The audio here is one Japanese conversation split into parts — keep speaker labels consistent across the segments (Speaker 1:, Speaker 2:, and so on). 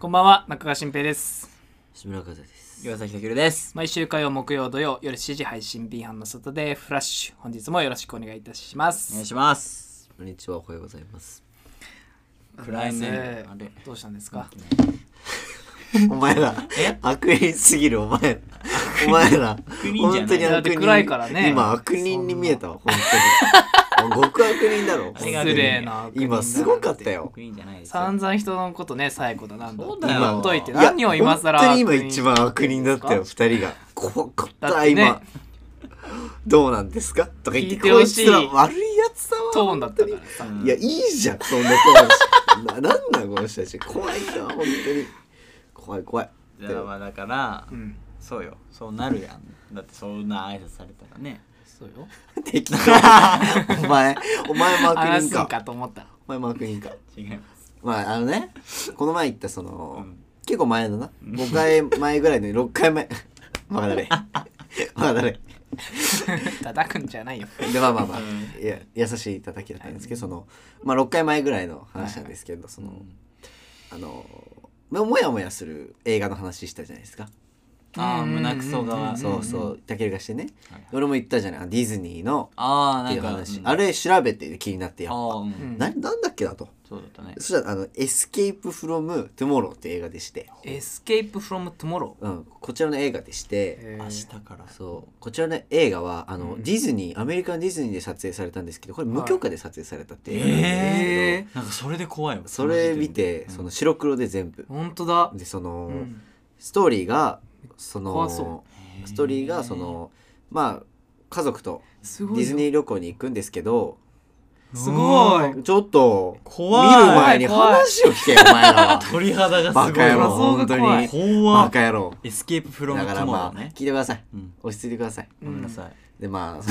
Speaker 1: こんばんは、中川新平です。
Speaker 2: 志村和也です
Speaker 3: 岩崎武です。
Speaker 1: 毎週火曜、木曜、土曜、夜7時配信、B 班の外でフラッシュ。本日もよろしくお願いいたしま
Speaker 3: お願い
Speaker 1: す。
Speaker 3: します。
Speaker 2: こんにちはおはようございます
Speaker 3: 暗いね
Speaker 1: あれどうしたんですか
Speaker 2: お前ら悪人すぎるお前らお前ら
Speaker 3: 人じゃない
Speaker 2: 本当に
Speaker 1: だっ
Speaker 2: 悪
Speaker 1: て
Speaker 2: 人
Speaker 1: 暗いからね
Speaker 2: 今悪人に見えたわ本当に極悪人だろ
Speaker 3: あれが
Speaker 1: 失礼な。
Speaker 2: 今すごかったよ
Speaker 3: 僕いいんじゃないです
Speaker 1: 散
Speaker 3: よ。
Speaker 1: 々人のことね、最後だなんだ。
Speaker 3: そうだよ
Speaker 1: ほっといて、
Speaker 3: で
Speaker 2: いや
Speaker 1: 何を今更。
Speaker 2: 本当に今一番悪人だったよ
Speaker 1: 聞
Speaker 2: 二人が怖かった
Speaker 1: だってね
Speaker 2: 今どうなんですかとか言って
Speaker 1: 聞いてほしい
Speaker 2: こつら悪いやつだわ
Speaker 1: トーンだったからさ。
Speaker 2: いや、いいじゃん、そんな友達。な、なんだ、この人たち。怖いな、本当に。怖い、怖い。
Speaker 3: いやまあだから、
Speaker 1: うん。
Speaker 3: そうよ。そうなるやん。だってそんな挨拶されたらね。
Speaker 1: そうよ。
Speaker 2: 敵だ。お 前、お前も悪
Speaker 1: 話
Speaker 2: 人
Speaker 1: すん
Speaker 2: か。
Speaker 1: かと思った。
Speaker 2: お前も悪人か。
Speaker 3: 違います。
Speaker 2: まあ、あのね、この前言った、その、
Speaker 3: うん
Speaker 2: 結構前だな。5回前ぐらいの6回前。まだれ。まだれ。
Speaker 1: 叩くんじゃないよ。
Speaker 2: で、まあまあまあ
Speaker 3: う、ん
Speaker 2: いや優しい叩きだったんですけど、その、まあ6回前ぐらいの話なんですけど、その、あの、ももやもやする映画の話したじゃないですか。
Speaker 3: ああ
Speaker 1: うん
Speaker 3: 胸くそが。。
Speaker 2: そうそうう、たけるがしてね
Speaker 3: はいはい。
Speaker 2: 俺も言ったじゃないあの、ディズニーの
Speaker 3: ああ
Speaker 2: っ
Speaker 3: な
Speaker 2: て
Speaker 3: ん
Speaker 2: いう
Speaker 3: か
Speaker 2: 話。
Speaker 3: うん
Speaker 2: あれ調べて気になってや
Speaker 3: あ
Speaker 2: っ
Speaker 3: あうん
Speaker 1: ん
Speaker 2: な、なんだっけなと。
Speaker 3: そうだったね。
Speaker 2: そしたら、あの、エスケープフロムトゥモローって映画でして、
Speaker 1: エスケープフロムトゥモロ
Speaker 2: うん、こちらの映画でして、
Speaker 1: ー。
Speaker 3: 明日から。
Speaker 2: そう、こちらの映画は、あの、ディズニー、アメリカのディズニーで撮影されたんですけど、これ無許可で撮影されたっていう映画なんですけど、
Speaker 1: え
Speaker 3: なんかそれで怖いよ。
Speaker 2: それ見て、
Speaker 3: うん
Speaker 2: その白黒で全部。
Speaker 1: 本当だ。
Speaker 2: で、その、
Speaker 1: うん
Speaker 2: ストーリーが、その、
Speaker 1: 怖そ
Speaker 2: ストーリーが、そ。の、まあ、家族と
Speaker 1: す
Speaker 2: デ
Speaker 1: ごいよ。
Speaker 2: ィズニー旅行に行くんですけど
Speaker 1: すごい。
Speaker 2: ちょっと
Speaker 3: 怖い
Speaker 2: 見る前に話を聞けよお前ら は
Speaker 3: 鳥肌がす
Speaker 2: バ
Speaker 3: ごい
Speaker 2: カ野郎
Speaker 3: わ。
Speaker 1: 謎
Speaker 2: 本
Speaker 1: が
Speaker 2: 当
Speaker 1: 怖い
Speaker 2: に
Speaker 3: 怖
Speaker 2: バ
Speaker 3: っ。
Speaker 2: カ野郎
Speaker 3: エスケープフロム
Speaker 2: だか
Speaker 3: ト
Speaker 2: ら
Speaker 3: ゥモロ
Speaker 2: ま
Speaker 3: ー
Speaker 2: あ聞い
Speaker 3: ね。
Speaker 2: てください
Speaker 3: うん。
Speaker 2: 落ち着いてください
Speaker 3: ごめんなさい。
Speaker 2: でまあ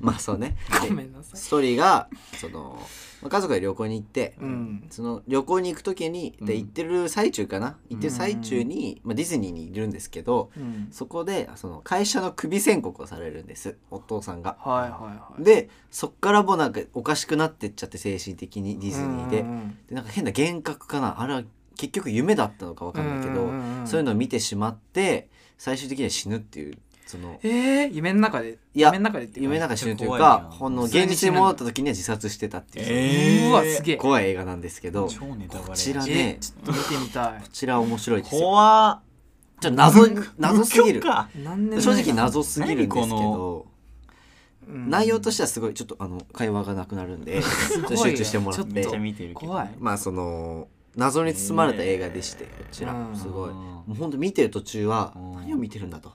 Speaker 2: まあ そうね
Speaker 1: ごめんなさい。
Speaker 2: ストーリーがそのまあ家族で旅行に行って
Speaker 1: うん。
Speaker 2: その旅行に行く時にで
Speaker 3: うん
Speaker 2: 行ってる最中かな行ってる最中にまあディズニーにいるんですけど
Speaker 1: うん。
Speaker 2: そこでその会社の首宣告をされるんですお父さんが
Speaker 1: はいはいはい。
Speaker 2: でそっからもうなんかおかしくなってっちゃって精神的にディズニーで,、
Speaker 1: うんうんうん
Speaker 2: でなんか変な幻覚かなあれは結局夢だったのかわかんないけど、
Speaker 1: うんうんうん
Speaker 2: そういうのを見てしまって最終的には死ぬっていうその
Speaker 1: えー、夢の中で
Speaker 2: いや
Speaker 1: 夢の中でっていうか
Speaker 2: 夢の中で死ぬという
Speaker 3: めっちゃ怖い
Speaker 2: か
Speaker 3: な
Speaker 2: ほんの現実に戻った時には自殺してたっていう、
Speaker 1: うわすげえ
Speaker 2: 怖い映画なんですけどこ
Speaker 3: 超ネタバレだ
Speaker 2: ちら
Speaker 1: え
Speaker 2: ね
Speaker 1: ちょっと見てみたい
Speaker 2: ちら面白いですよ
Speaker 3: 怖っ
Speaker 2: ちょっと謎謎すぎる
Speaker 3: 無許可
Speaker 1: 何年前
Speaker 2: 正
Speaker 1: だ
Speaker 2: 直謎すぎるんですけ
Speaker 3: 何こ
Speaker 2: ど内容としてはすごいちょっとあの会話がなくなるんでちょっと集中してもらっ
Speaker 1: ち
Speaker 2: て
Speaker 1: ょっと
Speaker 3: めっちゃ見てるけど
Speaker 1: 怖い
Speaker 2: まあその謎に包まれた映画でして、
Speaker 3: え
Speaker 2: こ
Speaker 3: ー
Speaker 2: ちら
Speaker 1: うん
Speaker 2: すごい
Speaker 3: うん
Speaker 2: もうほんと見てる途中は
Speaker 3: うん
Speaker 2: 何を見てるんだと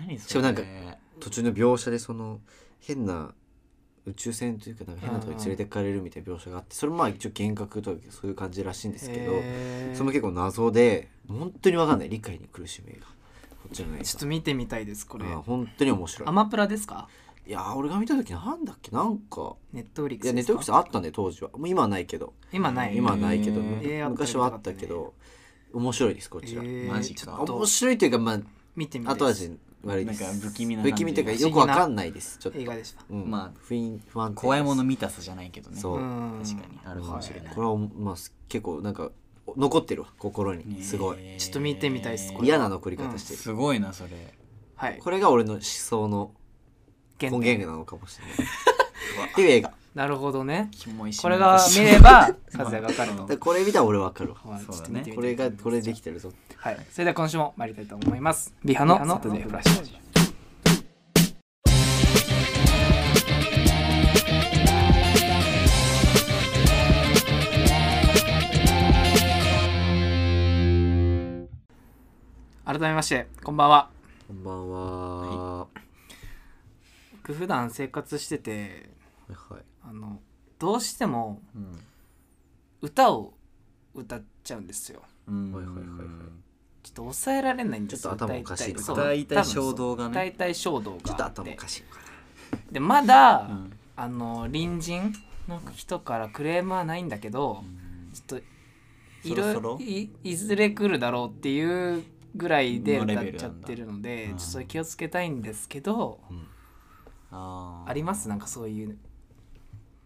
Speaker 3: 何それ
Speaker 2: しかもなんか途中の描写でその変な宇宙船というかなんか変なとこに連れてかれるみたいな描写があってそれもまあ一応幻覚というかそういう感じらしいんですけど、
Speaker 1: えー
Speaker 2: その結構謎で本当に分かんない理解に苦しむ映画こちらの映
Speaker 1: ちょっと見てみたいですこれ
Speaker 2: 画あ本当に面白
Speaker 1: アマプラですか
Speaker 2: いいやー俺が見た時なんだっけなんか
Speaker 1: ネットフリックス
Speaker 2: いやネットフリックスあったんで当時はもう今はないけど
Speaker 1: 今ない
Speaker 2: 今はないけど、
Speaker 3: え
Speaker 1: ー
Speaker 2: む昔はあったけど、面白いですこ
Speaker 1: え
Speaker 2: ちら、
Speaker 1: ー
Speaker 3: マジか
Speaker 1: ちょっ
Speaker 2: 面
Speaker 1: と
Speaker 2: 白いというかまあ
Speaker 1: 見てみたい
Speaker 2: 後
Speaker 1: です
Speaker 2: 味悪いです
Speaker 3: なんか不気味な
Speaker 2: 不気味というか
Speaker 3: 感
Speaker 1: じ
Speaker 2: よくわかんないですちょっと
Speaker 1: 映、画でした
Speaker 2: うん、
Speaker 3: ま
Speaker 2: 不意不安定です
Speaker 3: 怖いもの見たさじゃないけどね
Speaker 2: そう
Speaker 1: うん
Speaker 3: 確かにあるかもしれない
Speaker 2: これはまあす結構なんかお残ってるわ心にすごい、
Speaker 3: ねえ
Speaker 1: ちょっと見てみたいっすこれ
Speaker 2: 嫌な残り方してる、
Speaker 3: すごいなそれ
Speaker 1: はい
Speaker 2: これが俺の思想の根
Speaker 1: 原
Speaker 2: 源なのかもしれないっていう映 画
Speaker 1: なるほどね
Speaker 3: キモいし
Speaker 1: これが見 れば和也が分かると
Speaker 2: でこれ見たら俺わかるわ
Speaker 1: はい
Speaker 3: そう
Speaker 1: ちょ
Speaker 3: だね
Speaker 1: っと見てみたい
Speaker 2: これがこれできてるぞ
Speaker 1: はいそれでは今週も参りたいと思いますリハのサタデーフラッシュ改めましてこんばんは
Speaker 2: こんばんは、は
Speaker 1: 僕普段生活してて
Speaker 2: い、
Speaker 1: あのどうしても
Speaker 3: うん
Speaker 1: 歌を歌っちゃうんですよ
Speaker 3: うん
Speaker 2: はいはいはいはい
Speaker 1: ちょっと抑えられないんですよ
Speaker 2: ちょっと頭おかしい
Speaker 1: 歌
Speaker 3: 歌
Speaker 1: い
Speaker 3: い
Speaker 1: た
Speaker 3: た
Speaker 1: い
Speaker 3: い
Speaker 1: そう
Speaker 3: 衝動がね
Speaker 1: 歌いたい衝動が
Speaker 2: ちょっと頭
Speaker 1: あ
Speaker 2: お
Speaker 1: て
Speaker 2: かしいのかな
Speaker 1: でまだ、
Speaker 3: うん
Speaker 1: あの隣人の人からクレームはないんだけど、ちょっといろい
Speaker 3: そろそろ
Speaker 1: いいずれ来るだろうっていうぐらいで
Speaker 3: の
Speaker 1: 歌
Speaker 3: レ
Speaker 1: っ
Speaker 3: ベル
Speaker 1: ち
Speaker 3: な
Speaker 1: ゃっ
Speaker 3: んだ
Speaker 1: てるのでち
Speaker 3: うん
Speaker 1: ょっとそれ気をつけたいんですけど、
Speaker 3: あー
Speaker 1: ありますなんかそういう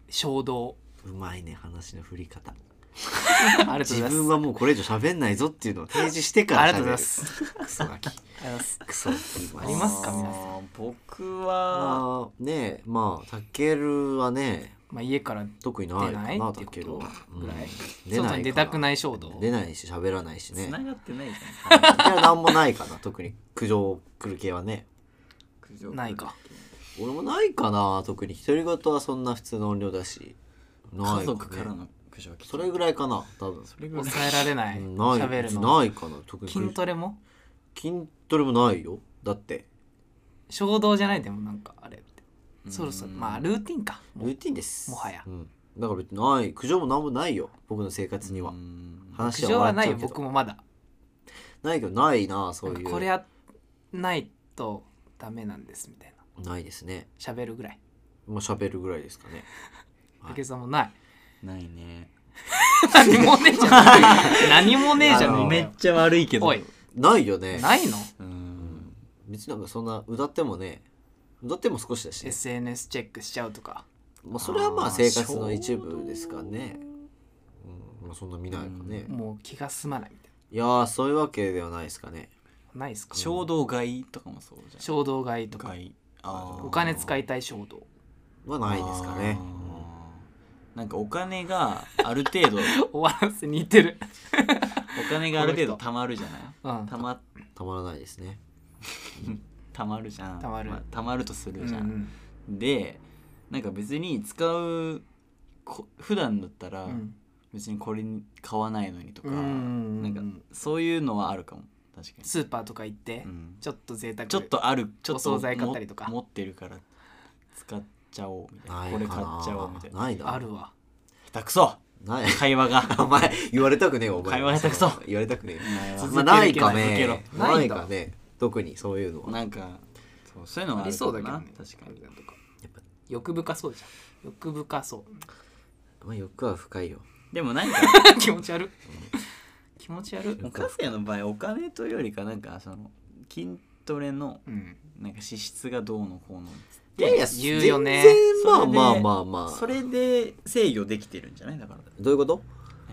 Speaker 1: 衝動
Speaker 2: うまいね話の振り方
Speaker 1: ありがとうござい
Speaker 2: 自
Speaker 1: ます
Speaker 2: 分はもうこれ以上喋んないぞっていうのを提示してから
Speaker 1: ありがとうございます
Speaker 2: 喋るクソガキ
Speaker 1: ありがとうございます
Speaker 2: クソガキ
Speaker 1: ありますか皆さ
Speaker 3: さん僕は
Speaker 2: あーねえまあたけるはね
Speaker 1: まあ家から
Speaker 2: 特にない
Speaker 1: 出
Speaker 2: か
Speaker 1: ない
Speaker 2: な
Speaker 1: って
Speaker 2: た
Speaker 1: いう
Speaker 2: ける
Speaker 1: こ
Speaker 2: は
Speaker 1: とぐらい、
Speaker 2: うん出ない
Speaker 1: 外に出たくない
Speaker 2: か
Speaker 1: 衝動
Speaker 2: 出ないし喋らないしね
Speaker 3: 繋がってないじ
Speaker 2: たけるはなんもないかな 特に苦情来る系はね
Speaker 3: ゃん
Speaker 1: ないか
Speaker 2: 俺もないかな特に独り言はそんな普通の音量だしないかね
Speaker 3: 家族からの苦情来
Speaker 2: それぐらいかな多分
Speaker 3: それぐらい
Speaker 1: 抑えられない
Speaker 2: うんない
Speaker 1: 喋るの
Speaker 2: ないかな特に
Speaker 1: 筋トレも
Speaker 2: 筋トレもないよだって
Speaker 1: 衝動じゃないでもなんかあれって
Speaker 3: うん
Speaker 1: そろそろまあルーティンかも
Speaker 2: ル
Speaker 1: う
Speaker 2: ーティンです
Speaker 1: もはや
Speaker 2: うん、だから別にない苦情もなんもないよ僕の生活には、
Speaker 3: うん
Speaker 1: 苦
Speaker 2: 話は
Speaker 1: 情
Speaker 2: 終わ
Speaker 1: は
Speaker 2: っ
Speaker 1: ない
Speaker 2: ちゃ
Speaker 1: よ
Speaker 2: うけ
Speaker 1: 僕
Speaker 2: ど
Speaker 1: もまだ
Speaker 2: ないけどないなそう
Speaker 1: ないん
Speaker 2: う
Speaker 1: かこれやないとダメなんですみたいな
Speaker 2: ないですね
Speaker 1: 喋るぐらい
Speaker 2: もう喋るぐらいですかねはい
Speaker 1: 武井さんもない
Speaker 3: ないね
Speaker 1: 何もねえじ ゃん何もねえじゃ
Speaker 2: あの
Speaker 1: ん
Speaker 2: めっ
Speaker 3: ちゃ悪いけ
Speaker 1: おい
Speaker 2: ないよね
Speaker 1: ないの
Speaker 3: うん
Speaker 2: 別になんかそんな歌ってもね歌っても少しだしね、
Speaker 1: SNS チェックしちゃうとか
Speaker 2: まあ、それはまあ
Speaker 3: あー
Speaker 2: 生活の一部ですかねうんまあ、そんな見ないかね、
Speaker 1: もう気が済まないみたい
Speaker 2: いやーそういうわけではないですかね
Speaker 1: なないですか
Speaker 3: 衝動買いとかもそうじゃん
Speaker 1: 衝動買いとか
Speaker 3: 買いあー
Speaker 1: お金使いたい衝動
Speaker 2: はないですかね
Speaker 3: あーなんかお金があ る程度
Speaker 1: 終わらせ似てる
Speaker 3: お金がある程度貯まるじゃない
Speaker 1: うん
Speaker 3: 貯ま
Speaker 2: うんたまらないですね
Speaker 3: 貯まるじゃん
Speaker 1: 貯まる
Speaker 3: あ貯まるとするじゃ、
Speaker 1: うんん
Speaker 3: でなんか別に使うこ普段だったら
Speaker 1: うん
Speaker 3: 別にこれ買わないのにとか、
Speaker 1: うんうん
Speaker 3: な
Speaker 1: うん
Speaker 3: んかそういうのはあるかも確かに、
Speaker 1: スーパーとか行って
Speaker 3: うん
Speaker 1: ちょっと贅沢
Speaker 3: ちょっとあるちょっと
Speaker 1: お惣菜買ったりとか
Speaker 3: も持ってるから使っちゃおうみたいな
Speaker 2: ない
Speaker 3: これ
Speaker 2: か
Speaker 3: 買
Speaker 2: な
Speaker 3: っちゃおうみたいな
Speaker 2: ないな
Speaker 1: あるわ
Speaker 3: 下手くそ
Speaker 2: ない
Speaker 3: 会話 が
Speaker 2: お前言われたくねえよお前
Speaker 3: 会話下手くそ
Speaker 2: 言われたくねえよ
Speaker 3: 続
Speaker 2: まあ、
Speaker 3: け
Speaker 2: ない
Speaker 3: る
Speaker 2: か
Speaker 3: 続けろ
Speaker 2: ね
Speaker 1: ないんだ
Speaker 2: ないかね特にそういうのは
Speaker 3: なんかそうそういうのは
Speaker 1: あ
Speaker 3: ある
Speaker 1: り
Speaker 3: か
Speaker 1: そ
Speaker 3: も
Speaker 1: うだけど
Speaker 3: な
Speaker 1: ね
Speaker 3: 確かに
Speaker 1: とか欲深そうじゃん欲深そう
Speaker 2: まあ欲は深いよ
Speaker 3: でも なんか
Speaker 1: 気持ち悪い気持ち悪い
Speaker 3: お母さんの場合お金というよりかなんかその筋トレの
Speaker 1: うん
Speaker 3: なんか脂質がどうのこうの
Speaker 2: いやいや
Speaker 1: 言うよね
Speaker 2: 全然ま
Speaker 3: そ
Speaker 2: あ
Speaker 3: れで
Speaker 2: まあまあまあ
Speaker 3: それで制御できてるんじゃないだから
Speaker 2: どういうこと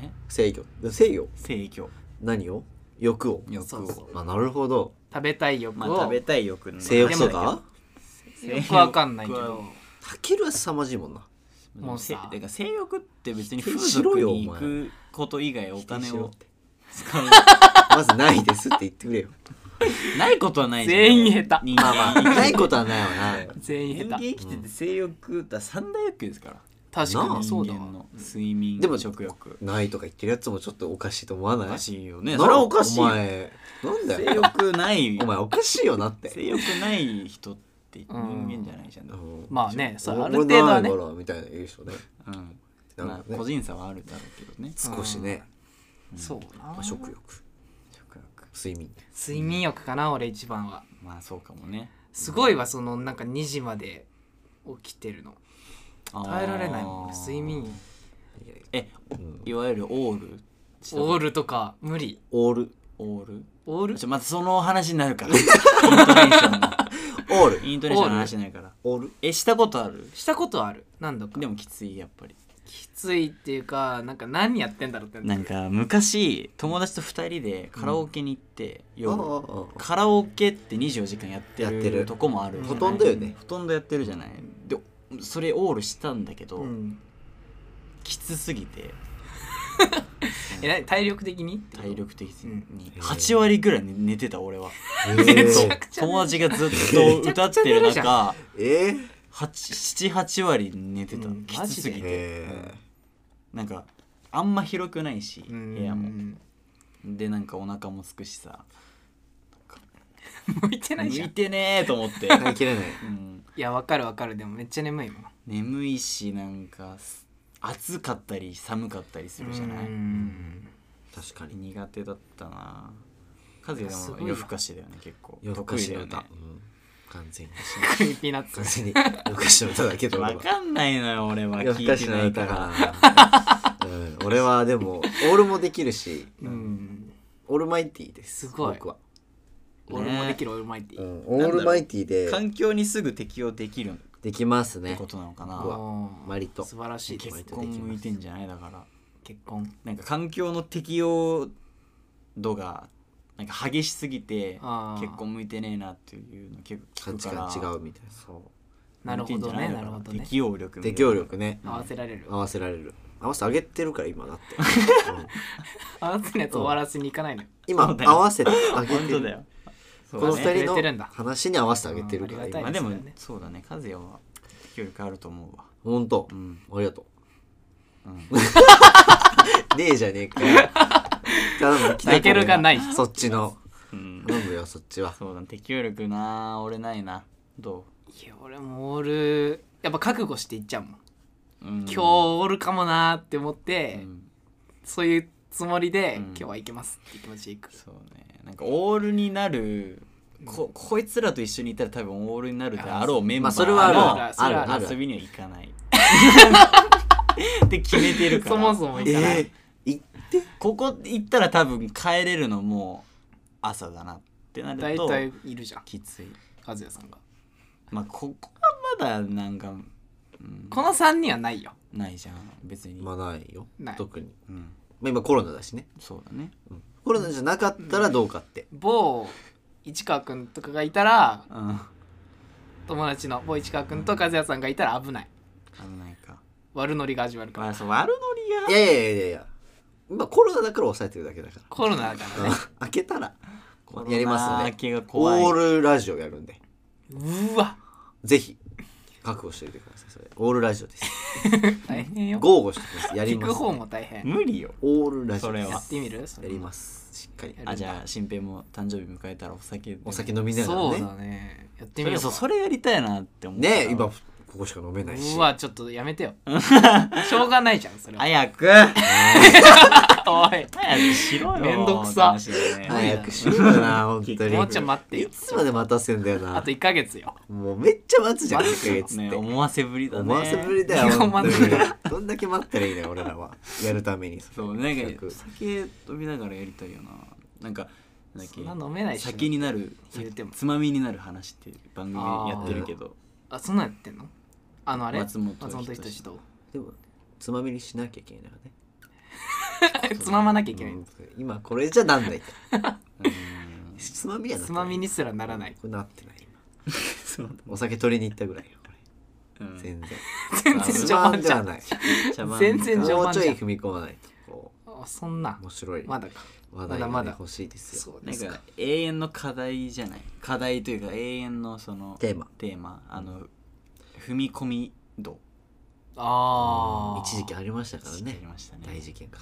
Speaker 3: え
Speaker 2: 制御制御
Speaker 3: 制御
Speaker 2: 何を欲を
Speaker 3: 欲
Speaker 1: そうそ
Speaker 3: を
Speaker 2: あなるほど
Speaker 1: 食べたい欲
Speaker 3: まあ
Speaker 1: を
Speaker 3: 食べたい欲の
Speaker 2: 性欲
Speaker 1: で
Speaker 2: と
Speaker 1: も
Speaker 2: か
Speaker 1: よくわかんないけ
Speaker 3: 性
Speaker 1: ど
Speaker 3: 欲
Speaker 2: たけるは凄まじいもんな
Speaker 1: もうさ
Speaker 3: せだから性欲って別に
Speaker 2: 否定
Speaker 3: 風
Speaker 2: しろ
Speaker 3: 俗
Speaker 2: よ
Speaker 3: に行くこと以外お金を使う
Speaker 2: まずないですって言ってくれよ
Speaker 3: ないことはないじゃん
Speaker 1: 全員下手
Speaker 3: 人
Speaker 2: まあまあ
Speaker 3: 間
Speaker 2: ないことはないわな
Speaker 1: 全員
Speaker 3: 人
Speaker 1: 下
Speaker 3: 間
Speaker 1: 手
Speaker 3: 生きてて性欲だ三大欲求ですから
Speaker 1: 確か
Speaker 2: なあ
Speaker 1: にそうだ
Speaker 3: 人
Speaker 1: わ
Speaker 3: 間の睡眠
Speaker 2: でも
Speaker 3: 食欲
Speaker 2: ないとか言ってるやつもちょっとおかしいと思わない
Speaker 3: おか
Speaker 2: い
Speaker 3: しいよねそれはおかしい
Speaker 2: お
Speaker 3: よ
Speaker 2: 前なんだ
Speaker 3: 性
Speaker 2: よ
Speaker 3: 欲ない
Speaker 2: お前おかしいよなって
Speaker 3: 性欲ない人って人間じゃないじゃん、
Speaker 2: う
Speaker 3: うん
Speaker 2: ん
Speaker 1: まあねそう
Speaker 2: 俺
Speaker 1: ある程度は
Speaker 2: 俺
Speaker 1: ね
Speaker 2: ないからみたいな言う人ねなんか
Speaker 3: まあ
Speaker 2: ね
Speaker 3: 個人差はあるだろうけどね
Speaker 2: 少しね、
Speaker 1: そうな
Speaker 2: まあ、食欲
Speaker 3: 食欲
Speaker 2: 睡眠
Speaker 1: 睡眠欲かな俺一番は
Speaker 3: まあそうかもね
Speaker 1: すごいわそのなんか2時まで起きてるの耐えられないもん
Speaker 3: あ
Speaker 1: 俺
Speaker 3: ー
Speaker 1: 睡眠
Speaker 3: え
Speaker 2: ん
Speaker 3: いわゆるオールした
Speaker 1: オールとか無理
Speaker 2: オール
Speaker 3: オール
Speaker 1: オール
Speaker 3: ちょまたその話になるからイントネーションの
Speaker 2: オール
Speaker 3: イントネーションの話になるから
Speaker 2: オール
Speaker 3: えしたことある
Speaker 1: したことある何度か
Speaker 3: でもきついやっぱり
Speaker 1: きついっていうかなんか何やってんだろうってなる
Speaker 3: なんか昔友達と2人でカラオケに行って、夜
Speaker 2: あああ
Speaker 3: カラオケって24時間やって
Speaker 2: やってる
Speaker 3: るとこもあるじゃない
Speaker 2: ほとんどよね
Speaker 3: ほとんどやってるじゃないでそれオールしたんだけど、
Speaker 1: うん
Speaker 3: きつすぎて
Speaker 1: え何体力的に
Speaker 3: 体力的に
Speaker 2: うん
Speaker 3: 8割ぐらい寝てた俺は
Speaker 2: あ
Speaker 1: め
Speaker 2: え
Speaker 1: ち
Speaker 2: ー
Speaker 1: ゃくちゃ
Speaker 3: 友達がずっと歌ってる
Speaker 1: めちゃくちゃ
Speaker 3: 中
Speaker 2: えー
Speaker 3: 78割寝てた、
Speaker 1: うん
Speaker 3: きつすぎて
Speaker 2: え
Speaker 3: なんかあんま広くないし
Speaker 1: うん
Speaker 3: 部屋もでなんかお腹もつくしさ
Speaker 1: 向いてないじゃ
Speaker 3: 向
Speaker 1: ん
Speaker 3: い
Speaker 1: い
Speaker 3: てねーと思って、
Speaker 2: ー耐えきれない
Speaker 3: うん、
Speaker 1: やわかるわかるでもめっちゃ眠いもん
Speaker 3: 眠いしなんかす暑かったり寒かったりするじゃない
Speaker 1: うん
Speaker 2: 確かに
Speaker 3: 苦手だったな和也です
Speaker 1: ご
Speaker 3: も
Speaker 1: いな
Speaker 3: 夜更かしだよね結構
Speaker 2: 夜更かしの
Speaker 3: 得意
Speaker 2: 歌、
Speaker 3: だよね
Speaker 2: うん、完全に
Speaker 1: クリーピーナッツ
Speaker 2: 完全に夜更かしの歌だ けど俺
Speaker 3: わ
Speaker 2: は
Speaker 3: かんないのよ俺は
Speaker 2: 夜更
Speaker 3: 聞
Speaker 2: か
Speaker 3: い
Speaker 2: しての
Speaker 3: ない
Speaker 2: 歌
Speaker 3: か
Speaker 2: が
Speaker 3: ら
Speaker 2: うん、俺はでもオールもできるし
Speaker 1: うん
Speaker 2: オールマイティーで
Speaker 1: す
Speaker 2: す
Speaker 1: ごい
Speaker 2: 僕は、
Speaker 1: 俺もできる俺もいていい
Speaker 2: うん、オールマイティーで
Speaker 3: 環境にすぐ適応できるっ
Speaker 2: できます
Speaker 3: て
Speaker 2: ね
Speaker 3: ことなのか
Speaker 1: あ
Speaker 3: な
Speaker 2: うわ
Speaker 1: ー
Speaker 2: 割と
Speaker 1: 素晴らしい
Speaker 3: 結
Speaker 2: 割とで
Speaker 3: 婚
Speaker 2: きます
Speaker 3: 向いてんじゃないだから
Speaker 1: 結結婚
Speaker 3: なんか環境の適応度がなんか激しすぎて
Speaker 1: あー
Speaker 3: 結婚向いてねえなっていうの結構
Speaker 2: 価値
Speaker 3: 聞くから
Speaker 2: 観違うみたいな
Speaker 3: そう
Speaker 1: なるほどね
Speaker 3: 向いてんじゃいのか
Speaker 1: なるほどね
Speaker 3: 適応力みたいな
Speaker 2: 適応力ね
Speaker 1: 合わせられる、
Speaker 2: 合わせられる合わせてあげてるから今だってうん
Speaker 1: 合わせるやつ終わらずにいかないのよ
Speaker 2: 今
Speaker 3: そうだよ
Speaker 2: 合わせてあげ
Speaker 3: 本
Speaker 2: て
Speaker 3: 当だ
Speaker 2: る
Speaker 3: よ
Speaker 2: この
Speaker 3: そうだね
Speaker 2: 二
Speaker 1: あげてる
Speaker 2: 人
Speaker 1: ん
Speaker 2: の
Speaker 1: だ
Speaker 2: 話に合わせてあげてるから
Speaker 1: あありがたい
Speaker 3: ま
Speaker 2: 今
Speaker 3: あ
Speaker 1: そ
Speaker 3: でも
Speaker 1: うだね
Speaker 3: そうだね和也は適応力あると思うわ
Speaker 2: 本当
Speaker 3: うん
Speaker 2: ありがと
Speaker 3: うん
Speaker 2: うねえじゃねえかよ頼む期待
Speaker 1: 泣けるがない
Speaker 2: そっちの
Speaker 3: うん
Speaker 2: 頼むよそっちは
Speaker 3: そうだね適応力な俺ないなど
Speaker 1: いや俺もオールやっぱ覚悟していっちゃうもん、
Speaker 3: う、うん、
Speaker 1: 今日オールかもなーって思っ
Speaker 3: う
Speaker 1: て、
Speaker 3: ん
Speaker 1: そういうつもりで、
Speaker 3: うん
Speaker 1: 今日はいけますって気持ちでいく
Speaker 3: そうねなんかオールになるここいつらと一緒にいたら多分オールになるであろうメン
Speaker 2: ま
Speaker 3: バ
Speaker 2: あそれはある
Speaker 3: ー
Speaker 1: それは
Speaker 2: あるあ
Speaker 3: の
Speaker 2: る
Speaker 3: 遊びには行かないって決めてるから
Speaker 1: そもそもいかない、
Speaker 2: えーい
Speaker 3: ここ行ったら多分帰れるのもう朝だなってなる
Speaker 1: 大
Speaker 3: と
Speaker 1: 体いるじゃん
Speaker 3: きつい
Speaker 1: 和也さんが
Speaker 3: まあここはまだなんか、うん、
Speaker 1: この3人はないよ
Speaker 3: ないじゃん別に、
Speaker 2: まあないよ
Speaker 1: ない
Speaker 2: 特に
Speaker 3: うん
Speaker 2: まあ今コロナだしね
Speaker 3: そうだね
Speaker 2: うんコロナじゃなかったらどうかって
Speaker 1: 某市川くんとかがいたら
Speaker 3: うん
Speaker 1: 友達の某市川くんと和也さんがいたら危ない
Speaker 3: 危ないか
Speaker 1: 悪ノリが始まるか
Speaker 3: ま
Speaker 1: ら
Speaker 3: あそう悪ノリが
Speaker 2: いやいやいやいやいや今コロナだから抑えてるだけだか
Speaker 1: コロナだからね
Speaker 2: らうん開けたらやりますの
Speaker 3: ね
Speaker 2: で
Speaker 3: 明けが怖い
Speaker 2: オールラジオやるんで
Speaker 1: うわ
Speaker 2: ぜひ覚悟しておいてくださいそれオールラジオです
Speaker 1: 大変よ
Speaker 2: 豪語してくださいやり
Speaker 1: 聞
Speaker 2: ます
Speaker 1: く方も大変
Speaker 3: 無理よ
Speaker 2: オールラジオ
Speaker 3: それは
Speaker 1: やってみるそ
Speaker 2: や
Speaker 1: れ
Speaker 2: りますしっかり
Speaker 1: やる
Speaker 3: あじゃあ新平も誕生日迎えたらお酒
Speaker 2: お酒飲みなが
Speaker 1: そう
Speaker 2: ら
Speaker 1: だ
Speaker 2: ね
Speaker 1: ねやって
Speaker 3: そ
Speaker 1: み
Speaker 3: れ
Speaker 1: よう
Speaker 3: そう
Speaker 1: か
Speaker 3: それやりたいなって思った
Speaker 2: ねえ今ここしか飲めないし
Speaker 1: うわちょっとやめて よしょうがないじゃんそれは
Speaker 3: 早く
Speaker 1: おい
Speaker 3: 早くしろよ
Speaker 1: めんどくさ
Speaker 3: って話だよね
Speaker 2: 早くしろよな本当に
Speaker 1: もうちょい待って
Speaker 2: い
Speaker 1: よ
Speaker 2: つまで待たせんだよ
Speaker 1: あ
Speaker 2: な
Speaker 1: と1ヶ月よ
Speaker 2: もうめっちゃ待つじゃん1ヶ月って
Speaker 3: ね思わせぶりだね
Speaker 2: 思わせぶりだ
Speaker 1: 基
Speaker 2: よ
Speaker 1: 本
Speaker 2: 本当に
Speaker 1: 待つ
Speaker 2: どんだけ待ったらいいのよ俺らはやるために
Speaker 3: そうなん
Speaker 2: 企
Speaker 3: か
Speaker 2: 画
Speaker 3: 酒飲みながらやりたいよななんかなんだっ
Speaker 1: そ
Speaker 3: け
Speaker 1: んな飲めないし
Speaker 3: 酒になる
Speaker 1: 言うても
Speaker 3: つまみになる話っていう番組やってるけど
Speaker 1: あそんなんやってんのあのあれ
Speaker 3: 松本
Speaker 1: 松本人
Speaker 3: 人
Speaker 1: 志
Speaker 3: 志
Speaker 1: と
Speaker 2: でもつまみにしなきゃいけないからね
Speaker 1: つままなきゃいけない
Speaker 2: うん今これじゃなんないから
Speaker 3: うん
Speaker 2: つまみやな
Speaker 1: つまみにすらならない
Speaker 2: これなってない今
Speaker 3: そう
Speaker 2: お酒取りに行ったぐらいよこ
Speaker 3: うん
Speaker 2: れ全然
Speaker 1: 全然
Speaker 3: あ
Speaker 1: 序
Speaker 2: つま
Speaker 1: 盤
Speaker 2: ん
Speaker 1: じ
Speaker 2: じ
Speaker 1: ゃ
Speaker 2: ゃ
Speaker 1: ん
Speaker 2: ない
Speaker 3: 茶番
Speaker 1: 全然序
Speaker 2: もう
Speaker 1: 盤
Speaker 2: ちょ
Speaker 1: じ
Speaker 2: い
Speaker 1: ゃん
Speaker 2: 踏み込まないとこ
Speaker 1: あそんな
Speaker 2: う面白い
Speaker 1: まだか
Speaker 2: 話
Speaker 1: まだ
Speaker 2: 題
Speaker 1: ま
Speaker 2: が
Speaker 1: だ
Speaker 2: ね欲しいですよ
Speaker 1: そうで
Speaker 3: なん
Speaker 1: すか
Speaker 3: か永遠の課題じゃない課題というか永遠のその
Speaker 2: テーマ
Speaker 3: テーマあの踏み込み度
Speaker 1: ああ
Speaker 2: 一時期ありましたから
Speaker 3: や
Speaker 2: ね
Speaker 3: りましたね
Speaker 2: 大事 件か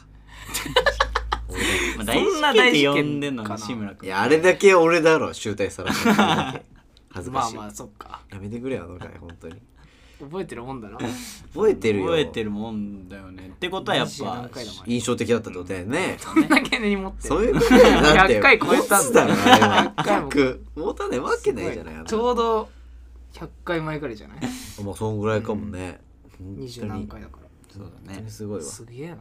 Speaker 3: ま
Speaker 1: そ
Speaker 3: あ大
Speaker 1: んな
Speaker 3: 事件って呼んでんの
Speaker 1: 大
Speaker 3: に
Speaker 1: 事
Speaker 3: 志
Speaker 1: 件かな
Speaker 3: 村
Speaker 2: い
Speaker 3: 君
Speaker 2: やあれだけ俺だろ集大さらしてる だけ恥ずか
Speaker 1: まあ
Speaker 2: しい
Speaker 1: まあそっか
Speaker 2: やめてくれよあの回本当に
Speaker 1: 覚えてるもん だな
Speaker 2: 覚えてるよ
Speaker 3: 覚えてるもんだよねってことはやっ
Speaker 1: 20
Speaker 3: ぱ
Speaker 1: 何回だもん
Speaker 2: 印象的だったってことだよね
Speaker 1: そんだけ根に持ってる
Speaker 2: そういうことだっ て
Speaker 1: 100回超えたんだよ
Speaker 2: 持つろあれは
Speaker 1: 100回も
Speaker 2: 100持たないわけないじゃないあ
Speaker 1: すごちょ
Speaker 2: の
Speaker 1: うど100回前からじゃない
Speaker 2: まあそんぐらいかもね
Speaker 1: 二十
Speaker 2: 本当に
Speaker 1: 何回だか
Speaker 3: そうだ
Speaker 2: 本当
Speaker 3: ね
Speaker 2: にすごい
Speaker 1: ら
Speaker 2: わ
Speaker 1: すげえな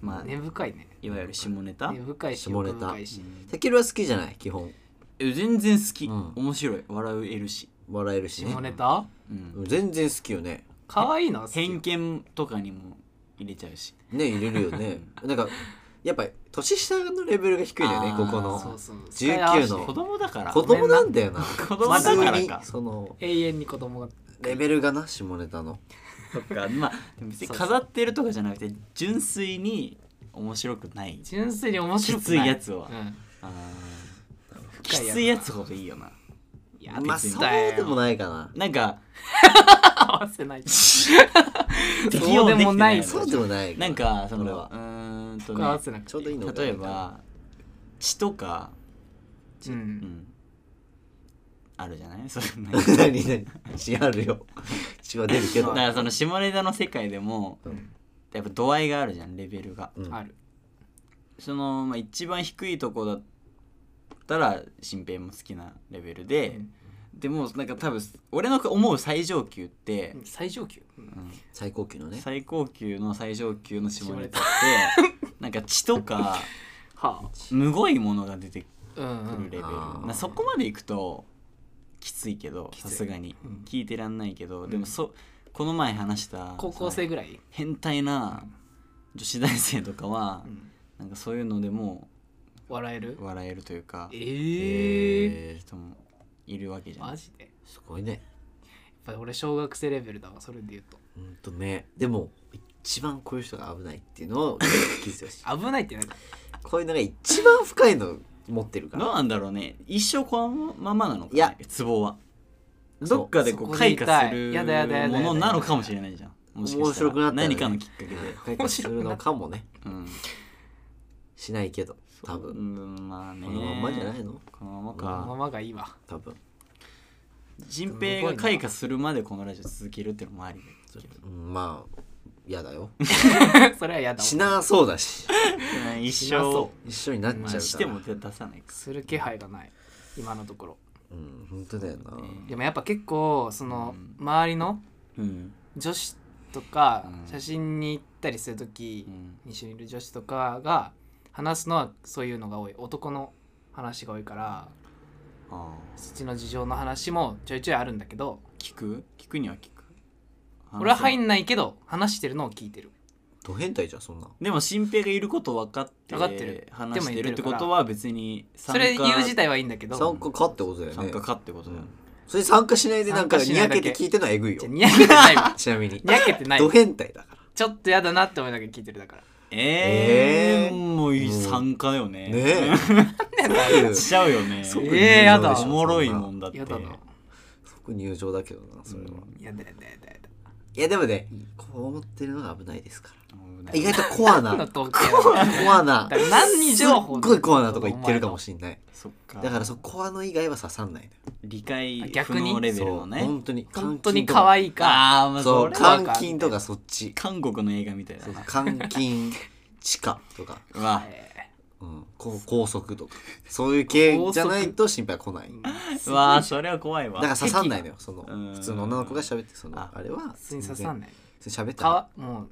Speaker 3: まあ
Speaker 1: 根深いね
Speaker 3: いわゆる下ネタ
Speaker 1: 根深いし
Speaker 2: 下ネ
Speaker 1: 欲
Speaker 2: タ
Speaker 1: 深いし
Speaker 2: たけるは好きじゃない基本
Speaker 3: え全然好き、
Speaker 2: うん
Speaker 3: 面白い笑えるし、
Speaker 2: 笑えるしね
Speaker 1: 下ネタ
Speaker 3: うん、
Speaker 2: 全然好きよね
Speaker 1: 可愛いな
Speaker 3: 偏見とかにも入れちゃうし
Speaker 2: ね入れるよ ねなんかやっぱ年下のレベルが低いんだよね
Speaker 3: あ
Speaker 2: こ
Speaker 3: ー
Speaker 2: この
Speaker 1: そうそう
Speaker 2: 19の
Speaker 3: 子供だから
Speaker 2: 子供なんだよな
Speaker 3: 子供だからか
Speaker 2: 普通にその
Speaker 1: 永遠に子供が
Speaker 2: レベルがな下ネタの
Speaker 3: そっかまあ別に飾ってるとかじゃなくて純粋に面白くない
Speaker 1: 純粋に面白
Speaker 3: き
Speaker 1: く
Speaker 3: つ
Speaker 1: ない
Speaker 3: いやつは、
Speaker 1: うん
Speaker 3: あー
Speaker 1: 深
Speaker 3: き
Speaker 1: いやつ
Speaker 3: ついやつほどいいよない
Speaker 1: や
Speaker 2: まあ
Speaker 3: 別に
Speaker 2: そう
Speaker 1: だよ
Speaker 2: でもないかな
Speaker 3: なんか
Speaker 1: 合わせない
Speaker 3: 適応で
Speaker 1: そ
Speaker 3: きて
Speaker 1: うでもない
Speaker 3: の
Speaker 2: そうでもない
Speaker 3: なんかその
Speaker 2: 俺
Speaker 3: う
Speaker 2: は
Speaker 3: ーんと
Speaker 1: 僕は合わせ
Speaker 3: ね
Speaker 1: なくて
Speaker 2: ちょうどいいの
Speaker 3: 例えば血とか、
Speaker 1: う
Speaker 3: うんん、あるじゃないそれなんか
Speaker 2: 何何血あるよ血は出るけ
Speaker 3: だ
Speaker 2: ど
Speaker 3: からその下ネタの世界でも、
Speaker 2: うん
Speaker 3: やっぱ度合いがあるじゃんレベルが、
Speaker 2: うん
Speaker 1: ある
Speaker 3: その、まあ、一番低いとこだったら新平も好きなレベルで、でもなんか多分俺の思う最上級って、
Speaker 1: 最上級
Speaker 3: うん
Speaker 2: 最高級のね
Speaker 3: 最高級の最上級の下ネタってなんか血とか
Speaker 1: は
Speaker 3: むごいものが出て
Speaker 1: あうん
Speaker 3: く
Speaker 1: うん
Speaker 3: るレベル、
Speaker 2: あー
Speaker 3: なそこまでいくときついけど
Speaker 1: きつい
Speaker 3: さすがに、
Speaker 1: うん
Speaker 3: 聞いてらんないけど、でもそこの前話した
Speaker 1: 高校生ぐらい
Speaker 3: 変態な女子大生とかは、
Speaker 1: うん
Speaker 3: なんかそういうのでも
Speaker 1: 笑える
Speaker 3: 笑えるというか
Speaker 1: えー、
Speaker 2: え
Speaker 3: 人もいるわけじゃな
Speaker 1: マ
Speaker 3: い
Speaker 1: ジでやっ
Speaker 2: ー、すごいね
Speaker 1: ぱり俺小学生レベルだわそれで言うと
Speaker 2: ほんとねでも一番こういう人が危ないっていうのを気づいてほしい
Speaker 1: 危ないってなんか
Speaker 2: こういうのが一番深いの持ってるか
Speaker 3: どう
Speaker 2: ら
Speaker 3: なんだろうね一生このままなのか
Speaker 2: いや
Speaker 3: ツボは
Speaker 2: そう
Speaker 3: どっかでこ
Speaker 1: そ
Speaker 3: う
Speaker 1: こで
Speaker 3: 開
Speaker 1: 痛い
Speaker 3: 花する
Speaker 1: やだやだやだやだ
Speaker 3: ものなのかもしれないじゃんもしか
Speaker 2: 面
Speaker 3: したら
Speaker 2: 白くなったらね
Speaker 3: 何かのきっかけ で、
Speaker 2: 解決するのかもね
Speaker 3: うん、
Speaker 2: しないけど多
Speaker 3: う
Speaker 2: 分
Speaker 3: んまあね
Speaker 2: このまんまじゃないの
Speaker 3: このまま
Speaker 1: このま
Speaker 3: か
Speaker 1: まがいいわ
Speaker 2: 多分、
Speaker 3: 人平が開花するまでこのラジオ続けるっていうのもありだけど
Speaker 2: うん、まあ嫌だよ
Speaker 1: それはやだわ
Speaker 2: しなそうだし
Speaker 3: うん一
Speaker 1: しな
Speaker 3: 生
Speaker 1: そ
Speaker 2: 一緒になっちゃう
Speaker 3: ま
Speaker 2: から、
Speaker 3: あしても出さないか
Speaker 1: する気配がない今のところ
Speaker 2: うん本当だよな、
Speaker 1: でもやっぱ結構その
Speaker 3: うん
Speaker 1: 周りの
Speaker 3: うん
Speaker 1: 女子とか
Speaker 3: うん
Speaker 1: 写真に行ったりする時
Speaker 3: うん
Speaker 1: 一緒にいる女子とかが話すのはそういうのが多い男の話が多いから
Speaker 3: あ
Speaker 1: そっちの事情の話もちょいちょいあるんだけど
Speaker 3: ー聞く聞くには聞く
Speaker 1: 俺は入
Speaker 3: ん
Speaker 1: んないけど話してるのを聞いてる
Speaker 2: ド変態じゃんそんな
Speaker 3: でも新平がいること分かって
Speaker 1: 分かってる
Speaker 3: 話してる
Speaker 1: でも言って
Speaker 3: って
Speaker 1: るから
Speaker 3: ことは別に
Speaker 1: それ言う自体はいいんだけど
Speaker 2: 参加かってことだよね
Speaker 3: 参加かってことだよ、
Speaker 2: それ参加しないでなんか
Speaker 1: 参加し
Speaker 2: に
Speaker 1: ない
Speaker 2: や
Speaker 1: だけ
Speaker 2: けて聞いてるのはえぐいよ
Speaker 1: じゃあにやけてない わ
Speaker 2: ちなみに
Speaker 1: にやけてない
Speaker 2: ド変態だか
Speaker 1: ちょっとやだなって思いながら聞いてるだから
Speaker 3: え
Speaker 2: え
Speaker 3: えー、
Speaker 2: ー
Speaker 3: もういい
Speaker 2: うん
Speaker 3: 参加よね
Speaker 2: らねえ即
Speaker 3: しちゃうよね
Speaker 2: 即
Speaker 1: えーやだ
Speaker 2: 入場でしょ
Speaker 3: おもろいもんだって
Speaker 1: やだな
Speaker 2: 即入場だけどなそれは、
Speaker 3: うん
Speaker 1: やだやだやだやだ
Speaker 2: いやでもねこう思ってるのが危ないですから
Speaker 3: 危ない
Speaker 2: 意外とコア
Speaker 1: 何の
Speaker 2: な
Speaker 1: トークやだ
Speaker 2: コアな
Speaker 1: だから何に情報
Speaker 2: すっごいコアなとか言ってるかもしんない
Speaker 3: そっか
Speaker 2: だからそのコアの以外は刺さんない
Speaker 3: 理解
Speaker 1: 逆
Speaker 3: 不
Speaker 1: に
Speaker 3: 能レベ
Speaker 2: そ
Speaker 3: ル
Speaker 2: う
Speaker 3: のね
Speaker 2: 本当に
Speaker 1: 本当に可
Speaker 2: か
Speaker 1: 愛いか
Speaker 3: ああまあ
Speaker 2: そ
Speaker 3: そうれ
Speaker 1: か
Speaker 3: は
Speaker 2: 監禁とかそっち
Speaker 3: 韓国の映画みたいだ
Speaker 2: そう
Speaker 3: な
Speaker 2: 監禁地下とか、
Speaker 3: うわ
Speaker 1: え
Speaker 2: うん、こう拘束とかそういう系じゃないと心配来ない
Speaker 1: ー
Speaker 3: うわーそれは怖い
Speaker 2: だ
Speaker 3: わ
Speaker 2: から刺さんないのよその
Speaker 3: うん
Speaker 2: 普通の女の子が喋ってその
Speaker 3: あ
Speaker 2: あれは
Speaker 1: 普通に刺さん
Speaker 2: な
Speaker 1: な
Speaker 2: い
Speaker 1: い
Speaker 2: 喋った
Speaker 1: からわもう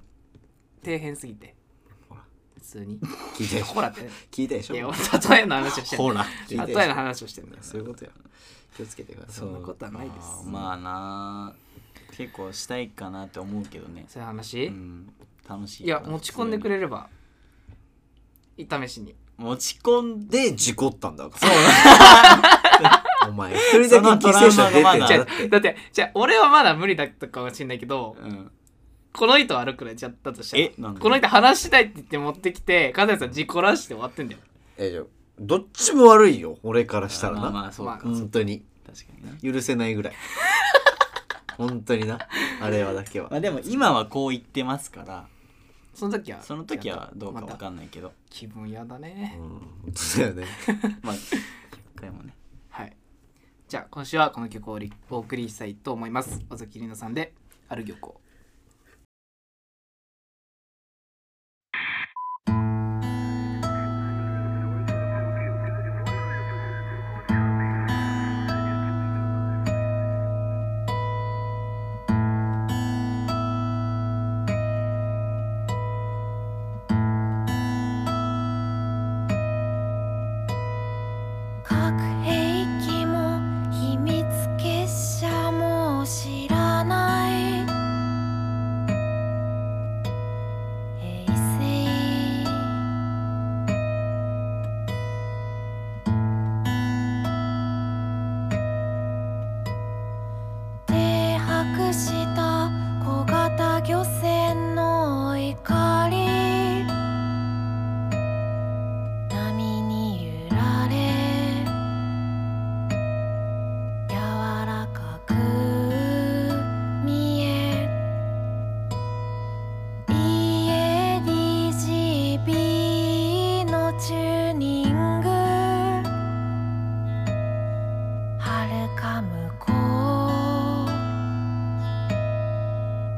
Speaker 1: 底辺すぎて
Speaker 2: ほら
Speaker 1: 普通に
Speaker 2: 聞いたでし
Speaker 1: ほ
Speaker 2: ょ
Speaker 1: らってね
Speaker 2: 聞いたでしょ
Speaker 1: いや俺例えの話をしてん
Speaker 3: ほら
Speaker 2: 聞い
Speaker 1: の
Speaker 2: たでし
Speaker 1: 例
Speaker 2: ょ
Speaker 1: えの話をしてんのよ
Speaker 2: そういうことや気をつけてください
Speaker 1: んなことはないです
Speaker 3: あーまあなー結構したいかなって思うけどね
Speaker 1: そういう話、
Speaker 3: うん楽しい
Speaker 1: いや持ち込んでく
Speaker 3: れ
Speaker 1: れればいい試しに
Speaker 3: 持ち込んで
Speaker 2: で事故ったんだから お前一人だけ
Speaker 3: その
Speaker 2: 犠
Speaker 3: トラ
Speaker 2: 牲
Speaker 3: ウマ
Speaker 2: 者
Speaker 3: が
Speaker 1: じゃ
Speaker 2: 出てんじゃ
Speaker 3: まだ
Speaker 2: ん
Speaker 1: あだってじゃあ俺はまだ無理だったかもしれないけど
Speaker 3: うん
Speaker 1: この人は歩くらいちゃったとしたら
Speaker 3: えなんで
Speaker 1: この人話したいって言って持ってきて金谷さん事故らして終わってんだよ
Speaker 2: えじゃあどっちも悪いよ俺からしたら
Speaker 3: まあ
Speaker 2: な
Speaker 3: まあそうか
Speaker 1: まあ
Speaker 2: 本当に
Speaker 3: 確かにな
Speaker 2: 許せないぐらい本当になあれはだけは
Speaker 3: まあでも今はこう言ってますから
Speaker 1: その時は
Speaker 3: その時はどうかわ
Speaker 1: また
Speaker 3: かんないけど
Speaker 1: 気分やだね、
Speaker 2: うん本当だよね
Speaker 3: まあ一回もね
Speaker 1: はいじゃあ今週はこの曲をおりお送りしたいと思います尾崎里奈さんで「ある漁港」
Speaker 4: 核兵器も秘密結社も知らない平成停泊した小型漁船の怒り波に揺られ柔らかく見え EADGB のチューニング遥か向こう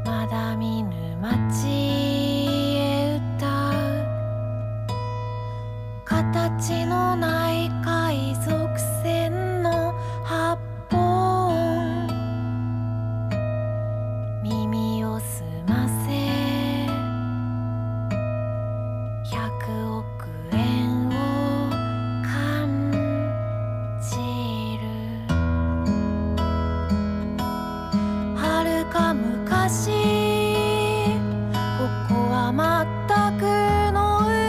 Speaker 4: まだ見ぬ街へ歌う形のない海賊船の八本耳をすませ百億円を感じるはるか昔ここは全く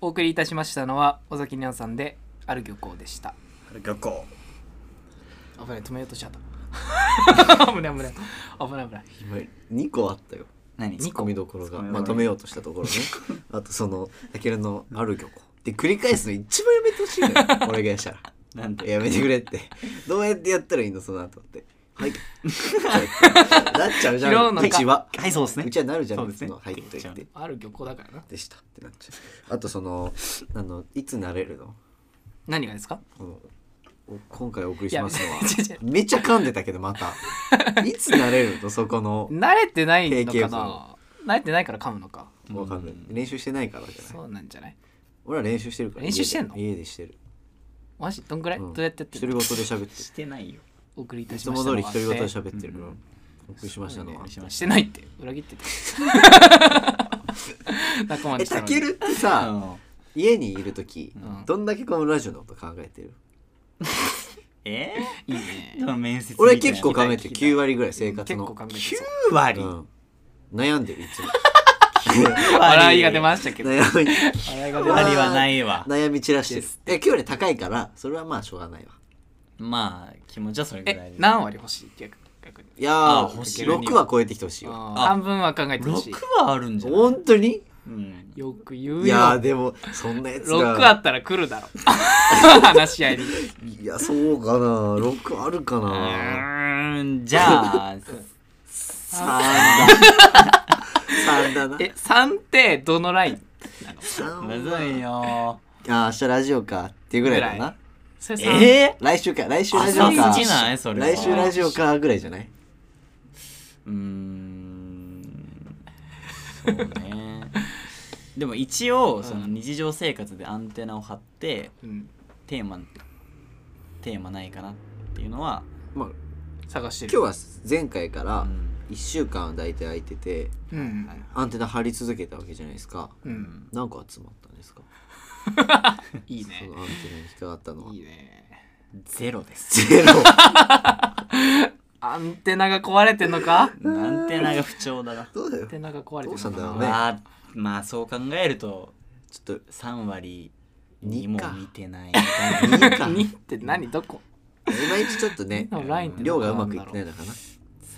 Speaker 1: お送りいたしましたのは尾崎にゃんさんである漁港でした
Speaker 3: 学校
Speaker 1: 危ない止めようとしちゃった 危ない危ない危ない危ない
Speaker 2: 今2個あったよ
Speaker 3: 何
Speaker 2: ツッコミどころが
Speaker 3: ツッコミどころ
Speaker 2: まとめようとしたところねあとそのたけるのある漁港で繰り返すの一番やめてほしい のよ俺がやしたら
Speaker 3: なんで
Speaker 2: やめてくれってどうやってやったらいいのその後ってはいなっちゃうじ
Speaker 1: 拾
Speaker 2: ゃ
Speaker 1: うんのか
Speaker 2: うちは
Speaker 3: はいそうですね
Speaker 2: うちはなるじゃ
Speaker 3: そうんです
Speaker 2: そ
Speaker 3: ね
Speaker 2: のはいと言って
Speaker 1: ある漁港だからな
Speaker 2: でしたってなっちゃうあとそのあのいつなれるの
Speaker 1: 何がですか
Speaker 2: このお今回お送りしますのは
Speaker 1: 違う違
Speaker 2: めっちゃ噛んでたけどまたいつなれるのそこの
Speaker 1: う慣れてないの
Speaker 2: 定
Speaker 1: か
Speaker 2: 型
Speaker 1: な慣れてないから噛むのか
Speaker 2: わかんない
Speaker 3: うん
Speaker 2: 練習してないからじゃない
Speaker 1: そうなんじゃない
Speaker 2: 俺は練習してるから
Speaker 1: 練習してんの
Speaker 2: 家で家でしてる
Speaker 1: マジどんぐらい、
Speaker 2: うん
Speaker 1: どうやってやって
Speaker 2: 独
Speaker 1: る
Speaker 2: り言で喋ってる
Speaker 3: してないよ
Speaker 1: お送りいた
Speaker 2: い
Speaker 1: し
Speaker 2: つ
Speaker 1: ま
Speaker 2: も
Speaker 1: した
Speaker 2: 通
Speaker 1: の
Speaker 2: り
Speaker 1: は
Speaker 2: 独り言で喋ってる
Speaker 3: うん
Speaker 2: お送りしましたのは
Speaker 3: しま
Speaker 1: してないって裏切 ってた仲間
Speaker 2: え
Speaker 1: にした
Speaker 2: た
Speaker 1: の
Speaker 2: け
Speaker 1: に
Speaker 2: るって
Speaker 3: あ
Speaker 2: さ
Speaker 3: の
Speaker 2: 家にいる時
Speaker 1: ん
Speaker 2: どんだけこのラジオのこと考えてる
Speaker 3: え
Speaker 1: いいね
Speaker 3: ー、でも面接
Speaker 2: 俺結構考えてる9
Speaker 3: 割
Speaker 2: 割ぐらい生活
Speaker 1: 結
Speaker 2: の
Speaker 1: 構考えて
Speaker 3: 9
Speaker 1: そう
Speaker 3: 割、
Speaker 2: うん悩んでるいつも
Speaker 1: 笑いが出ましたけど
Speaker 2: 悩み
Speaker 1: 笑いが
Speaker 3: 9
Speaker 1: 出まし
Speaker 3: 割はないわ
Speaker 2: 悩み散らしてるえ9割高いからそれはまあしょうがないわ
Speaker 3: まあ気持ちはそれ
Speaker 1: た
Speaker 3: ぐらい
Speaker 1: え
Speaker 3: で
Speaker 1: 何割欲しい逆逆に
Speaker 2: いや
Speaker 3: あ欲し
Speaker 2: ー
Speaker 3: い
Speaker 2: 6は超えてきてほしいよ
Speaker 1: あー
Speaker 3: あ
Speaker 1: 半分は考えてほし
Speaker 3: 6
Speaker 1: い
Speaker 3: はあるんじゃない、
Speaker 2: 本当に
Speaker 3: うん、
Speaker 1: よく言う
Speaker 2: いやー
Speaker 1: よ
Speaker 2: でもそんなやつ
Speaker 1: 6
Speaker 2: が
Speaker 1: あったら来るだろ話し合いに
Speaker 2: いやそうかな6あるか
Speaker 3: う
Speaker 2: な
Speaker 3: ーんじゃあ
Speaker 2: 3だ3だな
Speaker 1: え3ってどのラインなの
Speaker 2: 三
Speaker 3: むずいよ
Speaker 2: あー明日ラジオかっていうぐらいだ
Speaker 1: ぐら
Speaker 2: な
Speaker 1: それ3
Speaker 3: えー、
Speaker 2: 来週か来週ラジオか
Speaker 3: 朝一ないそれは
Speaker 2: 来週ラジオかぐらいじゃないう
Speaker 3: ーんそうねでも一応その日常生活でアンテナを張って
Speaker 1: うん
Speaker 3: テーマテーマないかなっていうのは、
Speaker 2: まあ
Speaker 1: 探して
Speaker 2: 今
Speaker 1: る
Speaker 2: 日は前回から
Speaker 3: うん
Speaker 2: 1週間大体空いてて
Speaker 1: うん
Speaker 2: アンテナ張り続けたわけじゃないですか
Speaker 1: うん
Speaker 2: 何個集まったんですか
Speaker 1: いい
Speaker 2: そ
Speaker 1: ね
Speaker 2: のアンテナに引っかかったのはい
Speaker 1: いね
Speaker 3: ゼロです
Speaker 2: ゼロ
Speaker 1: アンテナが壊れてんのか
Speaker 3: アンテナが不調だな
Speaker 2: そうだ
Speaker 1: ア
Speaker 2: よ
Speaker 1: ンテナが壊れて
Speaker 2: どうしたんだろうね
Speaker 3: まあまあそう考えると
Speaker 2: ちょっと
Speaker 3: 3割に
Speaker 2: 二
Speaker 3: も
Speaker 2: か
Speaker 3: 見てないみたいな
Speaker 2: 2か
Speaker 1: 2って何どこ
Speaker 2: いまいちちょっとね
Speaker 1: のラインって
Speaker 2: 量がうまくいってないのかな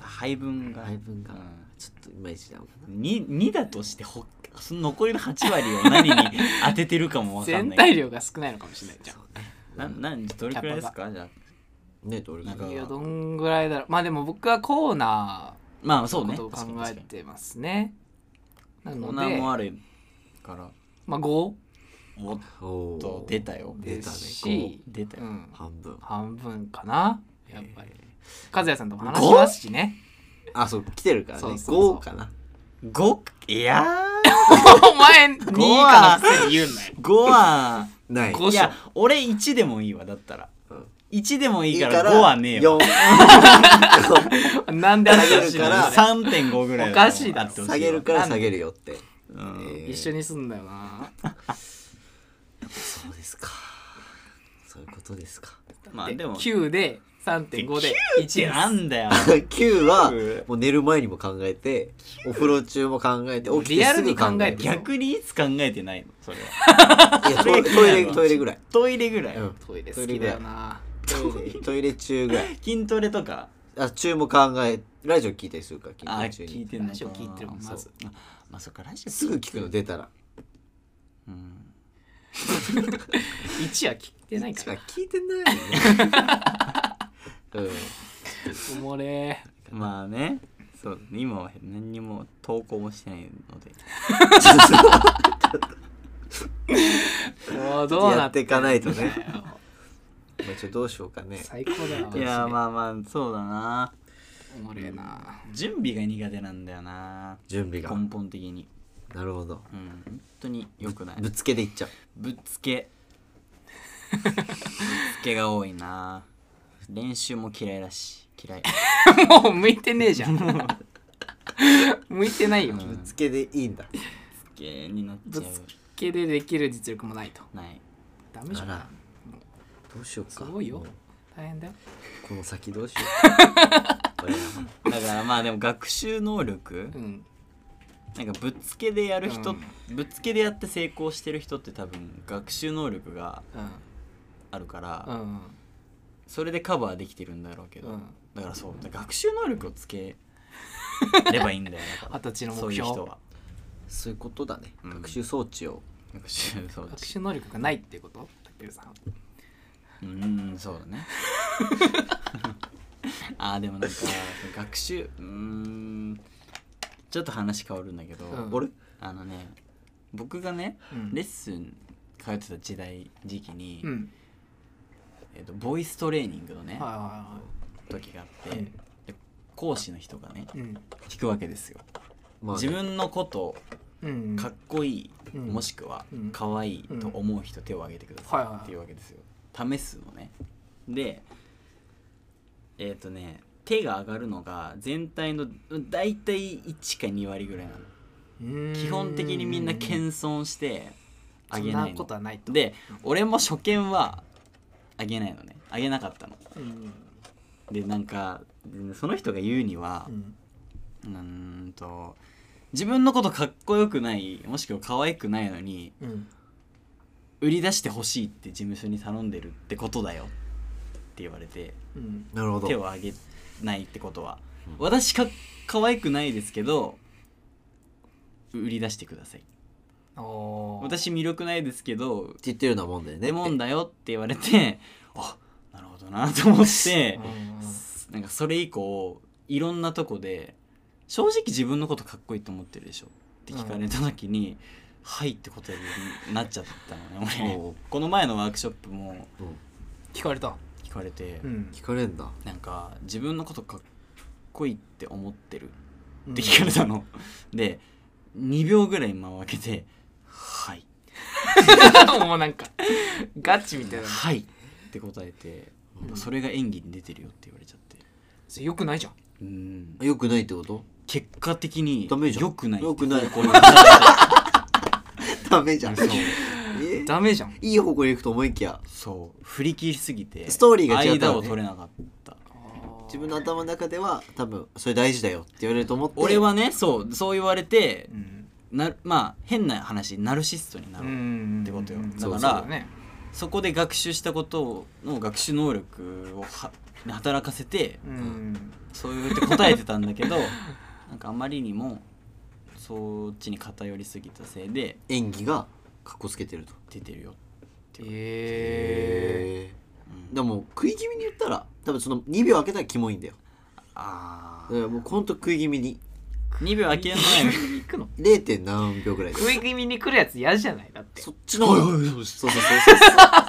Speaker 3: 配分が
Speaker 2: 配分が
Speaker 3: うん
Speaker 2: ちょっといまいちなのかな
Speaker 3: 2, 2だとしてほその残りの8割を何に当ててるかもわかん
Speaker 1: 全
Speaker 3: な い
Speaker 1: 体量が少ないのかもしれないじゃん
Speaker 3: ななんどれくらいですかじゃあ
Speaker 2: ねどれぐら
Speaker 3: ない
Speaker 2: い
Speaker 1: や
Speaker 2: は
Speaker 1: どんぐらいだろうまあでも僕はコーナ
Speaker 3: まあ
Speaker 1: ー
Speaker 3: そう
Speaker 1: のこ
Speaker 3: ね
Speaker 1: とを考
Speaker 3: 確かに
Speaker 1: え
Speaker 3: 確か
Speaker 1: てますねな
Speaker 3: に
Speaker 1: の
Speaker 3: コーナー
Speaker 1: で
Speaker 3: もあるから
Speaker 1: まあ5
Speaker 3: おっ
Speaker 2: おー
Speaker 3: と出たよ
Speaker 2: 出
Speaker 1: で
Speaker 2: たね
Speaker 1: すし、
Speaker 3: 出た
Speaker 1: う
Speaker 3: よ
Speaker 1: ん、
Speaker 2: 半分
Speaker 1: 半分かなやっぱり和也さんとも話しますしね
Speaker 2: あそう来てるから
Speaker 1: そう
Speaker 2: ね
Speaker 1: そうそう
Speaker 2: 5かな
Speaker 3: 5いや
Speaker 1: お前2か のくせに言うんだよ
Speaker 3: ー5は
Speaker 2: ない
Speaker 1: 五
Speaker 3: いや俺1でもいいわだったら
Speaker 2: うん
Speaker 3: 1でもいいから5はねえよ
Speaker 2: 4
Speaker 1: なんで話して
Speaker 2: 下げるから
Speaker 1: る
Speaker 3: 3.5ぐらい
Speaker 1: おかしいだろ
Speaker 3: あってほしわ
Speaker 2: 下げるから下げるよって
Speaker 3: うん
Speaker 2: えー
Speaker 1: 一緒にすんだよな
Speaker 2: そうですかそういうことですか
Speaker 3: まあでも
Speaker 1: 9で3.5で1
Speaker 3: 1なんだよ
Speaker 2: 9はもう寝る前にも考えてお風呂中も考えて起き
Speaker 1: リ
Speaker 2: てすぐ考えて
Speaker 1: アルに考えて
Speaker 3: 逆にいつ考えてないのそれは
Speaker 2: いやトイレトイレトイレぐらい
Speaker 3: トイレぐらい、
Speaker 2: うん
Speaker 1: トイレ好きだよな
Speaker 2: トイレトイレ中ぐらい
Speaker 3: 筋トレとか
Speaker 2: あ中も考えラジオ聞いたりするから
Speaker 3: あ
Speaker 2: 筋トレ中
Speaker 3: 聞い
Speaker 2: に
Speaker 3: てんのか
Speaker 1: ラジオ聞いてるもんまず
Speaker 3: そうあまあそっかラジオ
Speaker 2: すぐ聞くの出たら
Speaker 3: うん
Speaker 1: 1は聞いてない
Speaker 2: し
Speaker 1: か
Speaker 2: から聞いてないよねうん
Speaker 1: おもれ
Speaker 3: まあねそう今は何にも投稿もしてないので
Speaker 1: もうどうな
Speaker 2: や
Speaker 1: っ
Speaker 2: っ
Speaker 1: て
Speaker 2: ていかないとねまあちょっとどうしようかね
Speaker 1: 最高だよ
Speaker 3: いやまあまあそうだな
Speaker 1: おもれえな
Speaker 3: 準備が苦手なんだよな
Speaker 2: 準備が
Speaker 3: 根本的に
Speaker 2: なるほど
Speaker 3: うん本当に良くない
Speaker 2: ぶっつけでいっちゃう
Speaker 3: ぶっつけぶっつけが多いな練習も嫌いだし嫌い
Speaker 1: もう向いてねえじゃん向いてないよ
Speaker 2: ぶっつけでいいんだ
Speaker 3: ぶっつけになっちゃ
Speaker 1: ぶっつ
Speaker 3: う
Speaker 1: 系でできる実力もないと
Speaker 3: ない
Speaker 1: ダメじゃ
Speaker 2: あ
Speaker 1: ん
Speaker 2: らどうしよう
Speaker 1: す
Speaker 2: か
Speaker 1: ごいよ
Speaker 2: もう
Speaker 1: 大変だよ
Speaker 2: この先どうしよう
Speaker 3: だからまあでも学習能力
Speaker 1: うん
Speaker 3: なんかぶっつけでやる人、ぶっつけでやって成功してる人って多分学習能力が
Speaker 1: う
Speaker 3: あるから、
Speaker 1: んうん
Speaker 3: それでカバーできてるんだろうけど、
Speaker 1: うん
Speaker 3: だからそうだから学習能力をつければいい んだよ
Speaker 1: 二十歳の目
Speaker 3: そう
Speaker 1: 標
Speaker 3: いう人は
Speaker 2: そういうことだね、
Speaker 3: うん
Speaker 2: 学習装置を
Speaker 3: 学習そうだ
Speaker 1: 学
Speaker 3: し
Speaker 1: 習能力がないっていうことたけるさん
Speaker 3: うんそうだね あーでもなんか学習うーんちょっと話変わるんだけど、
Speaker 1: うん
Speaker 2: 俺
Speaker 3: あのね僕がね
Speaker 1: うん
Speaker 3: レッスン通ってた時代時期に、
Speaker 1: うん
Speaker 3: えっとボイストレーニングの
Speaker 1: は
Speaker 3: ね、
Speaker 1: いは
Speaker 3: 時があって、
Speaker 1: うん
Speaker 3: で講師の人がね
Speaker 1: いはいうん
Speaker 3: 聞くわけですよ、
Speaker 2: まあね
Speaker 3: 自分のこと
Speaker 1: うん
Speaker 3: かっこいい、
Speaker 1: うん
Speaker 3: もしくは
Speaker 1: うん
Speaker 3: かわいいと思う人手を挙げてくだ
Speaker 1: はいはい
Speaker 3: さ
Speaker 1: はい
Speaker 3: いっていうわけですよ、試すのねでえっ、とね手が上がるのが全体のうん大体1か2割ぐらいなの
Speaker 1: うん
Speaker 3: 基本的にみんな謙遜して上げない
Speaker 1: そんなこと
Speaker 3: の
Speaker 1: はないと
Speaker 3: で俺も初見は上げないのね上げなかったの
Speaker 1: うん
Speaker 3: でなんかその人が言うには、
Speaker 1: うん
Speaker 3: うーんと自分のことかっこよくないもしくは可愛くないのに
Speaker 1: うん
Speaker 3: 売り出してほしいって事務所に頼んでるってことだよって言われて
Speaker 1: うん
Speaker 2: なるほど
Speaker 3: 手を挙げないってことは、私か可愛くないですけど売り出してください
Speaker 1: おー
Speaker 3: 私魅力ないですけど
Speaker 2: って言ってるようなもんだよね
Speaker 3: レモンだよって言われてあなるほどなと思って
Speaker 1: うんうん
Speaker 3: なんかそれ以降いろんなとこで「正直自分のことかっこいいと思ってるでしょ」って聞かれた時に「はい」って答えるようになっちゃったのね俺
Speaker 2: おう
Speaker 3: この前のワークショップも
Speaker 2: うん
Speaker 1: 聞かれた
Speaker 3: 聞かれて、
Speaker 1: うん
Speaker 2: 聞かれんだ
Speaker 3: なんか自分のことかっこいいって思ってる
Speaker 1: うん
Speaker 3: って聞かれたの、で2秒ぐらい間を空けて「はい」
Speaker 1: もうなんかガチみたいな
Speaker 3: はい」って答えて、
Speaker 1: うん
Speaker 3: それが演技に出てるよって言われちゃって
Speaker 1: それよくないじゃん
Speaker 3: うん
Speaker 2: よくないってこと
Speaker 3: 結果的に
Speaker 2: ダメじゃん
Speaker 3: 良くない
Speaker 2: 良くない
Speaker 3: 方向に行っちゃった
Speaker 2: ダメじゃん
Speaker 3: そう
Speaker 2: え
Speaker 1: ダメじゃん
Speaker 2: いい方向に行くと思いきや
Speaker 3: そう振り切りすぎて
Speaker 2: ストーリーが違ったら
Speaker 3: 間
Speaker 2: ね
Speaker 3: を取れなかった
Speaker 2: 自分の頭の中では多分それ大事だよって言われると思って
Speaker 3: 俺はねそうそう言われて
Speaker 1: うん
Speaker 3: なまあ変な話ナルシストにな
Speaker 1: う
Speaker 3: る、
Speaker 1: ん
Speaker 3: ってことよ
Speaker 1: うん
Speaker 3: だか
Speaker 1: そ
Speaker 3: ら
Speaker 1: うだね
Speaker 3: そこで学習したことの学習能力をは働かせて
Speaker 1: うん
Speaker 3: そう言って答えてたんだけど なんかあまりにもそっちに偏りすぎたせいで
Speaker 2: 演技がかっこつけてると
Speaker 3: 出てるよ、
Speaker 1: ええ
Speaker 3: うん
Speaker 2: でも食い気味に言ったら多分その2秒開けたらキモいんだよ
Speaker 3: あ
Speaker 2: だからもうほんと食い気味に
Speaker 3: 2秒空けない
Speaker 1: 食い気 味に行くの
Speaker 2: 0. 点何秒ぐらいで
Speaker 1: 食い気味に来るやつ嫌じゃないだって
Speaker 2: そっちの方がそうそうそうそう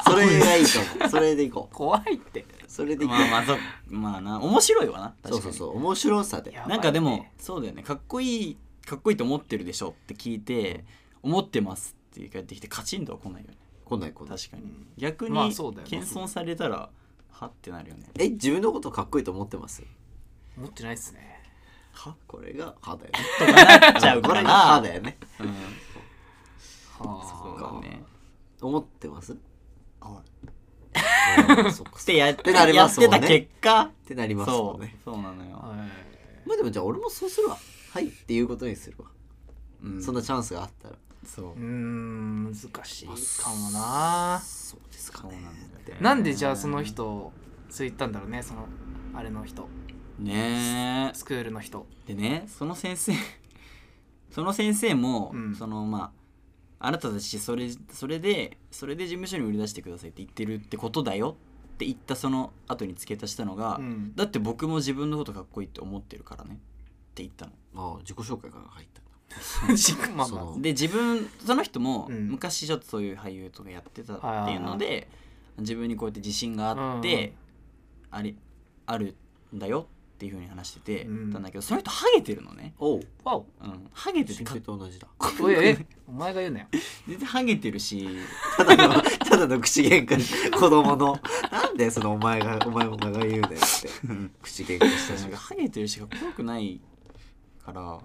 Speaker 2: それがいいかもそれでいこ
Speaker 1: 怖いって
Speaker 2: うそれでいこ
Speaker 3: まあまあそうまあな面白いわな
Speaker 2: う
Speaker 3: 確か
Speaker 2: そう
Speaker 3: に
Speaker 2: そうそう面白さで
Speaker 1: やばいね
Speaker 3: なんかでもそうだよねかっこいいかっこいいと思ってるでしょって聞いて思ってますって返ってきてカチンとは来ないよね
Speaker 2: 来ない来ない
Speaker 3: 確か
Speaker 1: う
Speaker 3: に
Speaker 1: ん
Speaker 3: 逆に
Speaker 1: まあ
Speaker 3: 謙
Speaker 1: そうだよな
Speaker 3: 遜されたらはってなるよね
Speaker 2: え自分のことかっこいいと思ってます
Speaker 1: 持ってないっすね
Speaker 2: はこれが歯だよね
Speaker 3: とかなっちゃう
Speaker 2: こ
Speaker 3: か
Speaker 2: れが歯
Speaker 3: ら
Speaker 2: だよね
Speaker 3: うん
Speaker 1: は
Speaker 3: そうだね
Speaker 2: 思ってますう
Speaker 3: は
Speaker 2: んそっか
Speaker 3: っ
Speaker 2: そっか
Speaker 3: てやっ
Speaker 2: ってなり
Speaker 3: や
Speaker 2: ま
Speaker 3: っ
Speaker 2: すも
Speaker 3: て
Speaker 2: んね
Speaker 3: た結果
Speaker 2: ってなりますも
Speaker 3: そ
Speaker 2: ん
Speaker 3: う
Speaker 2: ね
Speaker 3: そうなのよ
Speaker 1: はい
Speaker 2: まあでもじゃあ俺もそうするわはいっていうことにするわ、
Speaker 3: うん
Speaker 2: そんなチャンスがあったら
Speaker 3: そう
Speaker 1: うーん難しいかもな
Speaker 2: そうですかね
Speaker 3: そうなんだよね
Speaker 1: なんでじゃあその人そう言ったんだろうねそのあれの人
Speaker 3: ねえ
Speaker 1: スクールの人
Speaker 3: でねその先生 その先生も、
Speaker 1: うん
Speaker 3: そのまああなたたちそれそれでそれで事務所に売り出してくださいって言ってるってことだよって言ったその後に付け足したのが、
Speaker 1: うん
Speaker 3: だって僕も自分のことかっこいいって思ってるからねって言ったの。
Speaker 2: ああ自己紹介から入ったんだ
Speaker 1: まあ
Speaker 2: そ
Speaker 1: ま
Speaker 2: の
Speaker 3: で自分その人も
Speaker 1: うん
Speaker 3: 昔ちょっとそういう俳優とかやってたっていうので、自分にこうやって自信があって、ありあるんだよっていうふうに話してて、
Speaker 1: うん
Speaker 3: たんだけどその人ハゲてるのね。
Speaker 2: おう
Speaker 1: あわお
Speaker 3: うん、ハゲて
Speaker 2: 新
Speaker 3: てかっ
Speaker 2: 平と同じだ
Speaker 1: おいえお前が言うなよ
Speaker 3: 全然ハゲてるし、
Speaker 2: ただのただの口喧嘩に子供の なんでそのお前がお前も長言うだよって口喧嘩したし
Speaker 3: なんかハゲてるしかっこよくないから。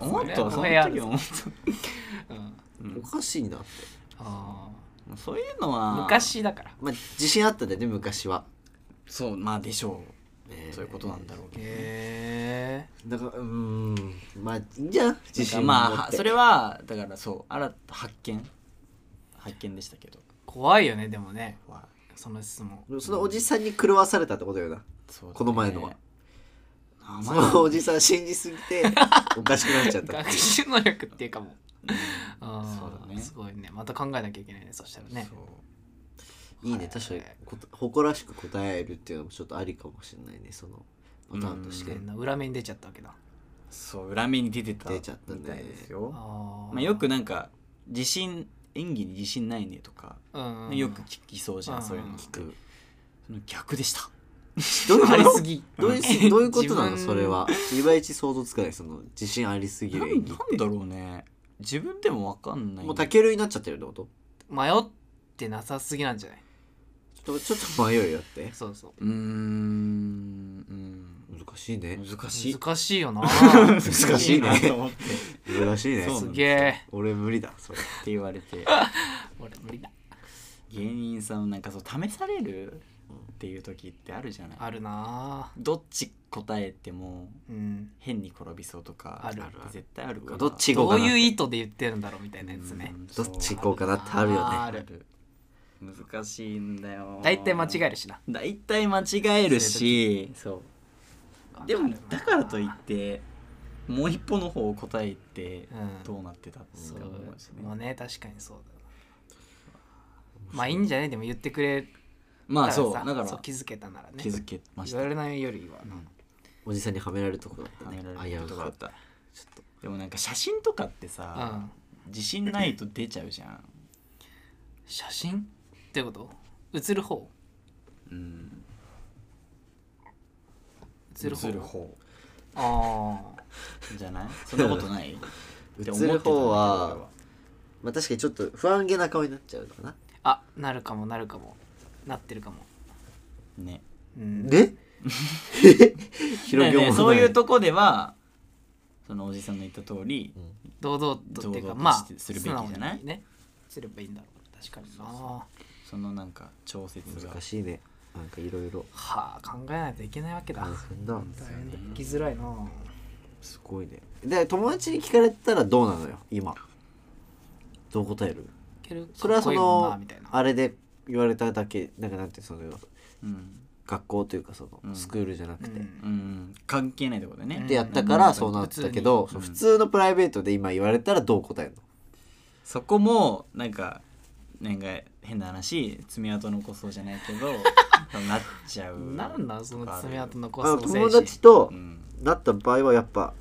Speaker 3: 思ったわそ
Speaker 1: そ
Speaker 3: の
Speaker 1: れは
Speaker 3: 時思った、
Speaker 1: うん
Speaker 3: うん
Speaker 2: お
Speaker 3: も
Speaker 2: かしいなって
Speaker 1: あ
Speaker 3: うそういうの
Speaker 1: ー
Speaker 3: は
Speaker 1: 昔だから
Speaker 2: まあ自信あったんだよね昔は
Speaker 3: そうまあでしょう
Speaker 2: えー
Speaker 3: そういうことなんだろうけど
Speaker 1: へえ
Speaker 2: だからうーんまあいいんじゃん自信
Speaker 3: なん
Speaker 2: 持っ
Speaker 3: かまあ
Speaker 2: て
Speaker 3: それはだからそう新た発見発見でしたけど
Speaker 1: 怖いよねでもね
Speaker 3: は
Speaker 1: その質問
Speaker 2: そのおじさんに狂わされたってことよな
Speaker 3: そうだね
Speaker 2: この前のは
Speaker 3: 名
Speaker 2: そ
Speaker 3: 前
Speaker 2: のおじさん信じすぎ ておかしくなっちゃった
Speaker 1: 学習能力っていうかもあー
Speaker 3: そうだね
Speaker 1: すごいねまた考えなきゃいけないねそしたらね
Speaker 3: そう
Speaker 2: いいね確かにこ誇らしく答えるっていうのもちょっとありかもしれないねそのパターンとし
Speaker 1: 確
Speaker 2: て
Speaker 1: かにな裏目に出ちゃったわけだ
Speaker 3: そう裏目に出てた
Speaker 2: 出ちゃったね
Speaker 3: みたいですよ、
Speaker 1: あー
Speaker 3: まあ、よくなんか自信演技に自信ないねとか、
Speaker 1: うん
Speaker 3: よく聞きそうじゃ
Speaker 1: うんん
Speaker 3: そういうの
Speaker 2: 聞く
Speaker 3: その逆 でした
Speaker 2: どういう
Speaker 1: あり
Speaker 2: こ
Speaker 1: す
Speaker 2: と
Speaker 1: ぎ
Speaker 2: どういうどういうことなの
Speaker 1: 自分
Speaker 2: それはいまいち想像つかないその自信ありすぎ
Speaker 3: な
Speaker 2: る
Speaker 3: ん
Speaker 2: 演技っ
Speaker 3: なんだろうね自分でも分かんな
Speaker 2: て
Speaker 3: い
Speaker 2: もうタケルになっちゃってるってこと
Speaker 1: 迷ってなさすぎなんじゃない
Speaker 2: ちょっとちょっと迷いよって
Speaker 1: そうそう
Speaker 3: うーんうん
Speaker 2: 難しいね
Speaker 3: 難しい
Speaker 1: 難しいよな
Speaker 2: 難しいね
Speaker 3: なと思ってっ
Speaker 2: 難しいね
Speaker 3: そう
Speaker 1: すげえ
Speaker 2: 俺無理だそれ
Speaker 3: て言われて
Speaker 1: 俺無理だ
Speaker 3: 芸人さんなんかそう試されるっていう時ってあるじゃない
Speaker 1: あるな
Speaker 3: どっち答えても
Speaker 1: うん
Speaker 3: 変に転びそうとか
Speaker 1: ある
Speaker 3: 絶対あるから
Speaker 2: どっち行
Speaker 1: ど
Speaker 2: こう
Speaker 1: う
Speaker 2: かな
Speaker 1: いう意図で言ってるんだろうみたいなやつね
Speaker 3: うん
Speaker 2: どっち行
Speaker 3: そう
Speaker 2: こうかなってあるよね
Speaker 1: あ
Speaker 3: あ
Speaker 1: る
Speaker 3: る難しいんだよ
Speaker 1: 大体間違えるしな
Speaker 3: 大体間違えるしそうでもだからといってもう一歩の方を答えて
Speaker 1: うん
Speaker 3: どうなってたって
Speaker 1: そ
Speaker 3: 思うし
Speaker 1: うも
Speaker 3: ね
Speaker 1: うね確かにそうだなまあいいんじゃないでも言ってくれた
Speaker 3: まあ
Speaker 1: らさ
Speaker 3: そうだから
Speaker 1: そう気づけたならね
Speaker 3: 気づけまし
Speaker 1: 言
Speaker 3: た
Speaker 1: われないよりはな
Speaker 2: おじさんにはめられるとこだった
Speaker 3: は
Speaker 2: ね
Speaker 3: めら
Speaker 2: あ
Speaker 3: れ
Speaker 2: や
Speaker 3: る
Speaker 2: う
Speaker 3: とこ
Speaker 2: か
Speaker 3: だったでもなんか写真とかってさ
Speaker 1: うん
Speaker 3: 自信ないと出ちゃうじゃん
Speaker 1: 写真ってこと映る方
Speaker 3: うん
Speaker 1: 映る方
Speaker 3: 映る方
Speaker 1: ああ
Speaker 3: じゃないそんなことない って思って
Speaker 2: 映
Speaker 3: た
Speaker 2: る方はまあ確かにちょっと不安げな顔になっちゃうのかな
Speaker 1: あなるかもなるかもなってるかも
Speaker 3: ね
Speaker 1: うん
Speaker 2: で 広げも
Speaker 3: だから
Speaker 2: な
Speaker 3: ね
Speaker 2: い
Speaker 3: そういうとこではそのおじさんの言った通り、
Speaker 1: 堂々とっていう
Speaker 3: 堂
Speaker 1: か
Speaker 3: 々と
Speaker 1: まあ
Speaker 3: してするべきじゃない
Speaker 1: 素直にねすればいいんだろう確かにな
Speaker 3: そのなんか調節が
Speaker 2: 難しいねなんかいろいろ
Speaker 1: はあ考えないといけないわけだ
Speaker 2: 大変だ
Speaker 1: 大変だ生きづらいな
Speaker 2: すごいねで友達に聞かれたらどうなのよ今どう答える
Speaker 1: けど
Speaker 2: それはそ
Speaker 1: かっこいいもんな
Speaker 2: の
Speaker 1: みたいな
Speaker 2: あれで言われただけなんかなんていうその
Speaker 3: うん、
Speaker 2: 学校というかその、
Speaker 3: うん
Speaker 2: スクールじゃなく
Speaker 1: う
Speaker 2: て、
Speaker 1: ん
Speaker 3: うん、関係ないってことでね
Speaker 1: うん
Speaker 2: でやった
Speaker 3: うん
Speaker 2: からそうなったけど、そう
Speaker 3: 普通にうん
Speaker 2: 普通のプライベートで今言われたらどう答えるの
Speaker 3: そこもなんかなんか変な話爪痕残そうじゃない けどなっちゃう
Speaker 1: なんなんその爪痕の
Speaker 2: あ
Speaker 1: 怖
Speaker 2: の
Speaker 1: さ
Speaker 2: 友達と
Speaker 3: うん
Speaker 2: なった場合はやっぱ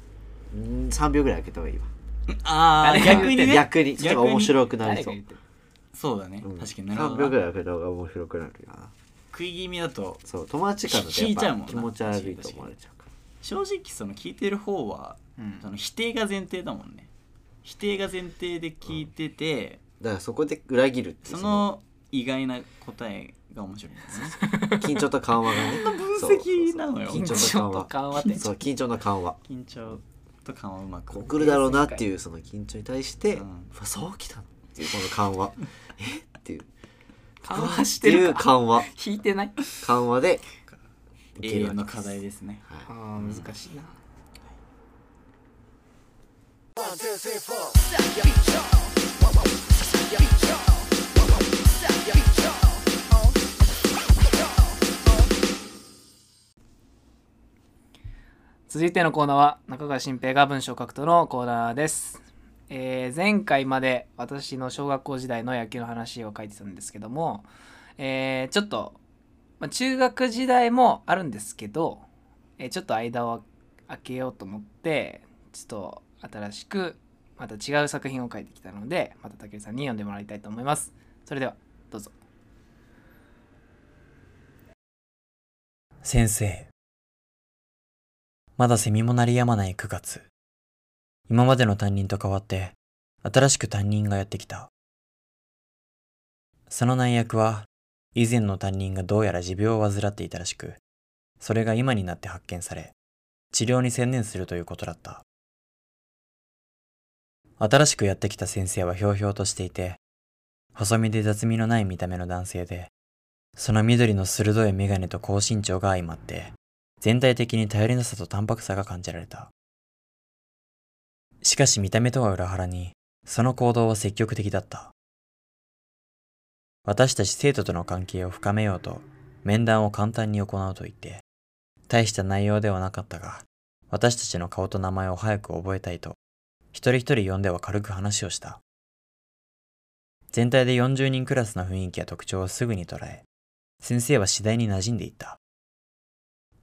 Speaker 2: ん3秒ぐらい開けた方がいいわ
Speaker 3: ああ
Speaker 1: 誰が言っ
Speaker 3: 逆
Speaker 1: てん
Speaker 3: に
Speaker 1: の
Speaker 2: 逆に
Speaker 3: ね
Speaker 2: それが面
Speaker 3: い
Speaker 2: 白くな
Speaker 1: 誰
Speaker 2: り
Speaker 1: が
Speaker 2: そう
Speaker 1: 言ってる
Speaker 3: そうだね、
Speaker 2: うん
Speaker 3: 確かになるほ
Speaker 2: 3秒
Speaker 3: ど
Speaker 2: ぐ
Speaker 3: な
Speaker 2: らい開けた方が面白くなるよな
Speaker 3: 食い気味だと
Speaker 2: そう友達からだと
Speaker 3: 聞いちゃ
Speaker 2: や
Speaker 3: う
Speaker 2: っ
Speaker 3: もん
Speaker 2: ぱ
Speaker 3: な
Speaker 2: 気持ち悪いと思われちゃうから
Speaker 3: 正直その聞いてる方は
Speaker 1: うん
Speaker 3: その否定が前提だもんね否定が前提で聞いてて、
Speaker 2: だからそこで裏切るっていう
Speaker 3: その意外な答えが面白いんですね。
Speaker 2: その緊張と緩和がね
Speaker 3: 分析なのよ
Speaker 2: そうそう
Speaker 1: 緊張と緩和って
Speaker 2: そう緊張の緩和
Speaker 3: 緊張と緩和うまく。
Speaker 2: 来るだろうなっていうその緊張に対して、
Speaker 3: う
Speaker 2: うんわそうきたのっていうこの緩和 えっていう
Speaker 1: 緩和して
Speaker 2: ってい
Speaker 1: る
Speaker 2: う
Speaker 1: か
Speaker 2: 緩和
Speaker 1: 引いてない
Speaker 2: 緩和で
Speaker 3: 永
Speaker 2: いけるわけ
Speaker 3: 遠の
Speaker 2: です
Speaker 3: 課題ですね。
Speaker 1: あ
Speaker 2: は
Speaker 1: ー難しいな続いてのコーナーは中川新平が文章を書くとのコーナーです、えー前回まで私の小学校時代の野球の話を書いてたんですけども、えーちょっと、まあ、中学時代もあるんですけど、えーちょっと間を空けようと思ってちょっと新しくまた違う作品を書いてきたのでまた武井さんに読んでもらいたいと思いますそれではどうぞ
Speaker 5: 先生。まだセミも鳴り止まない9月。今までの担任と変わって、新しく担任がやってきた。その難役は、以前の担任がどうやら持病を患っていたらしく、それが今になって発見され、治療に専念するということだった。新しくやってきた先生はひょうひょうとしていて、細身で雑味のない見た目の男性で、その緑の鋭い眼鏡と高身長が相まって、全体的に頼りなさと淡白さが感じられた。しかし見た目とは裏腹に、その行動は積極的だった。私たち生徒との関係を深めようと、面談を簡単に行うと言って、大した内容ではなかったが、私たちの顔と名前を早く覚えたいと、一人一人呼んでは軽く話をした。全体で40人クラスの雰囲気や特徴をすぐに捉え、先生は次第に馴染んでいった。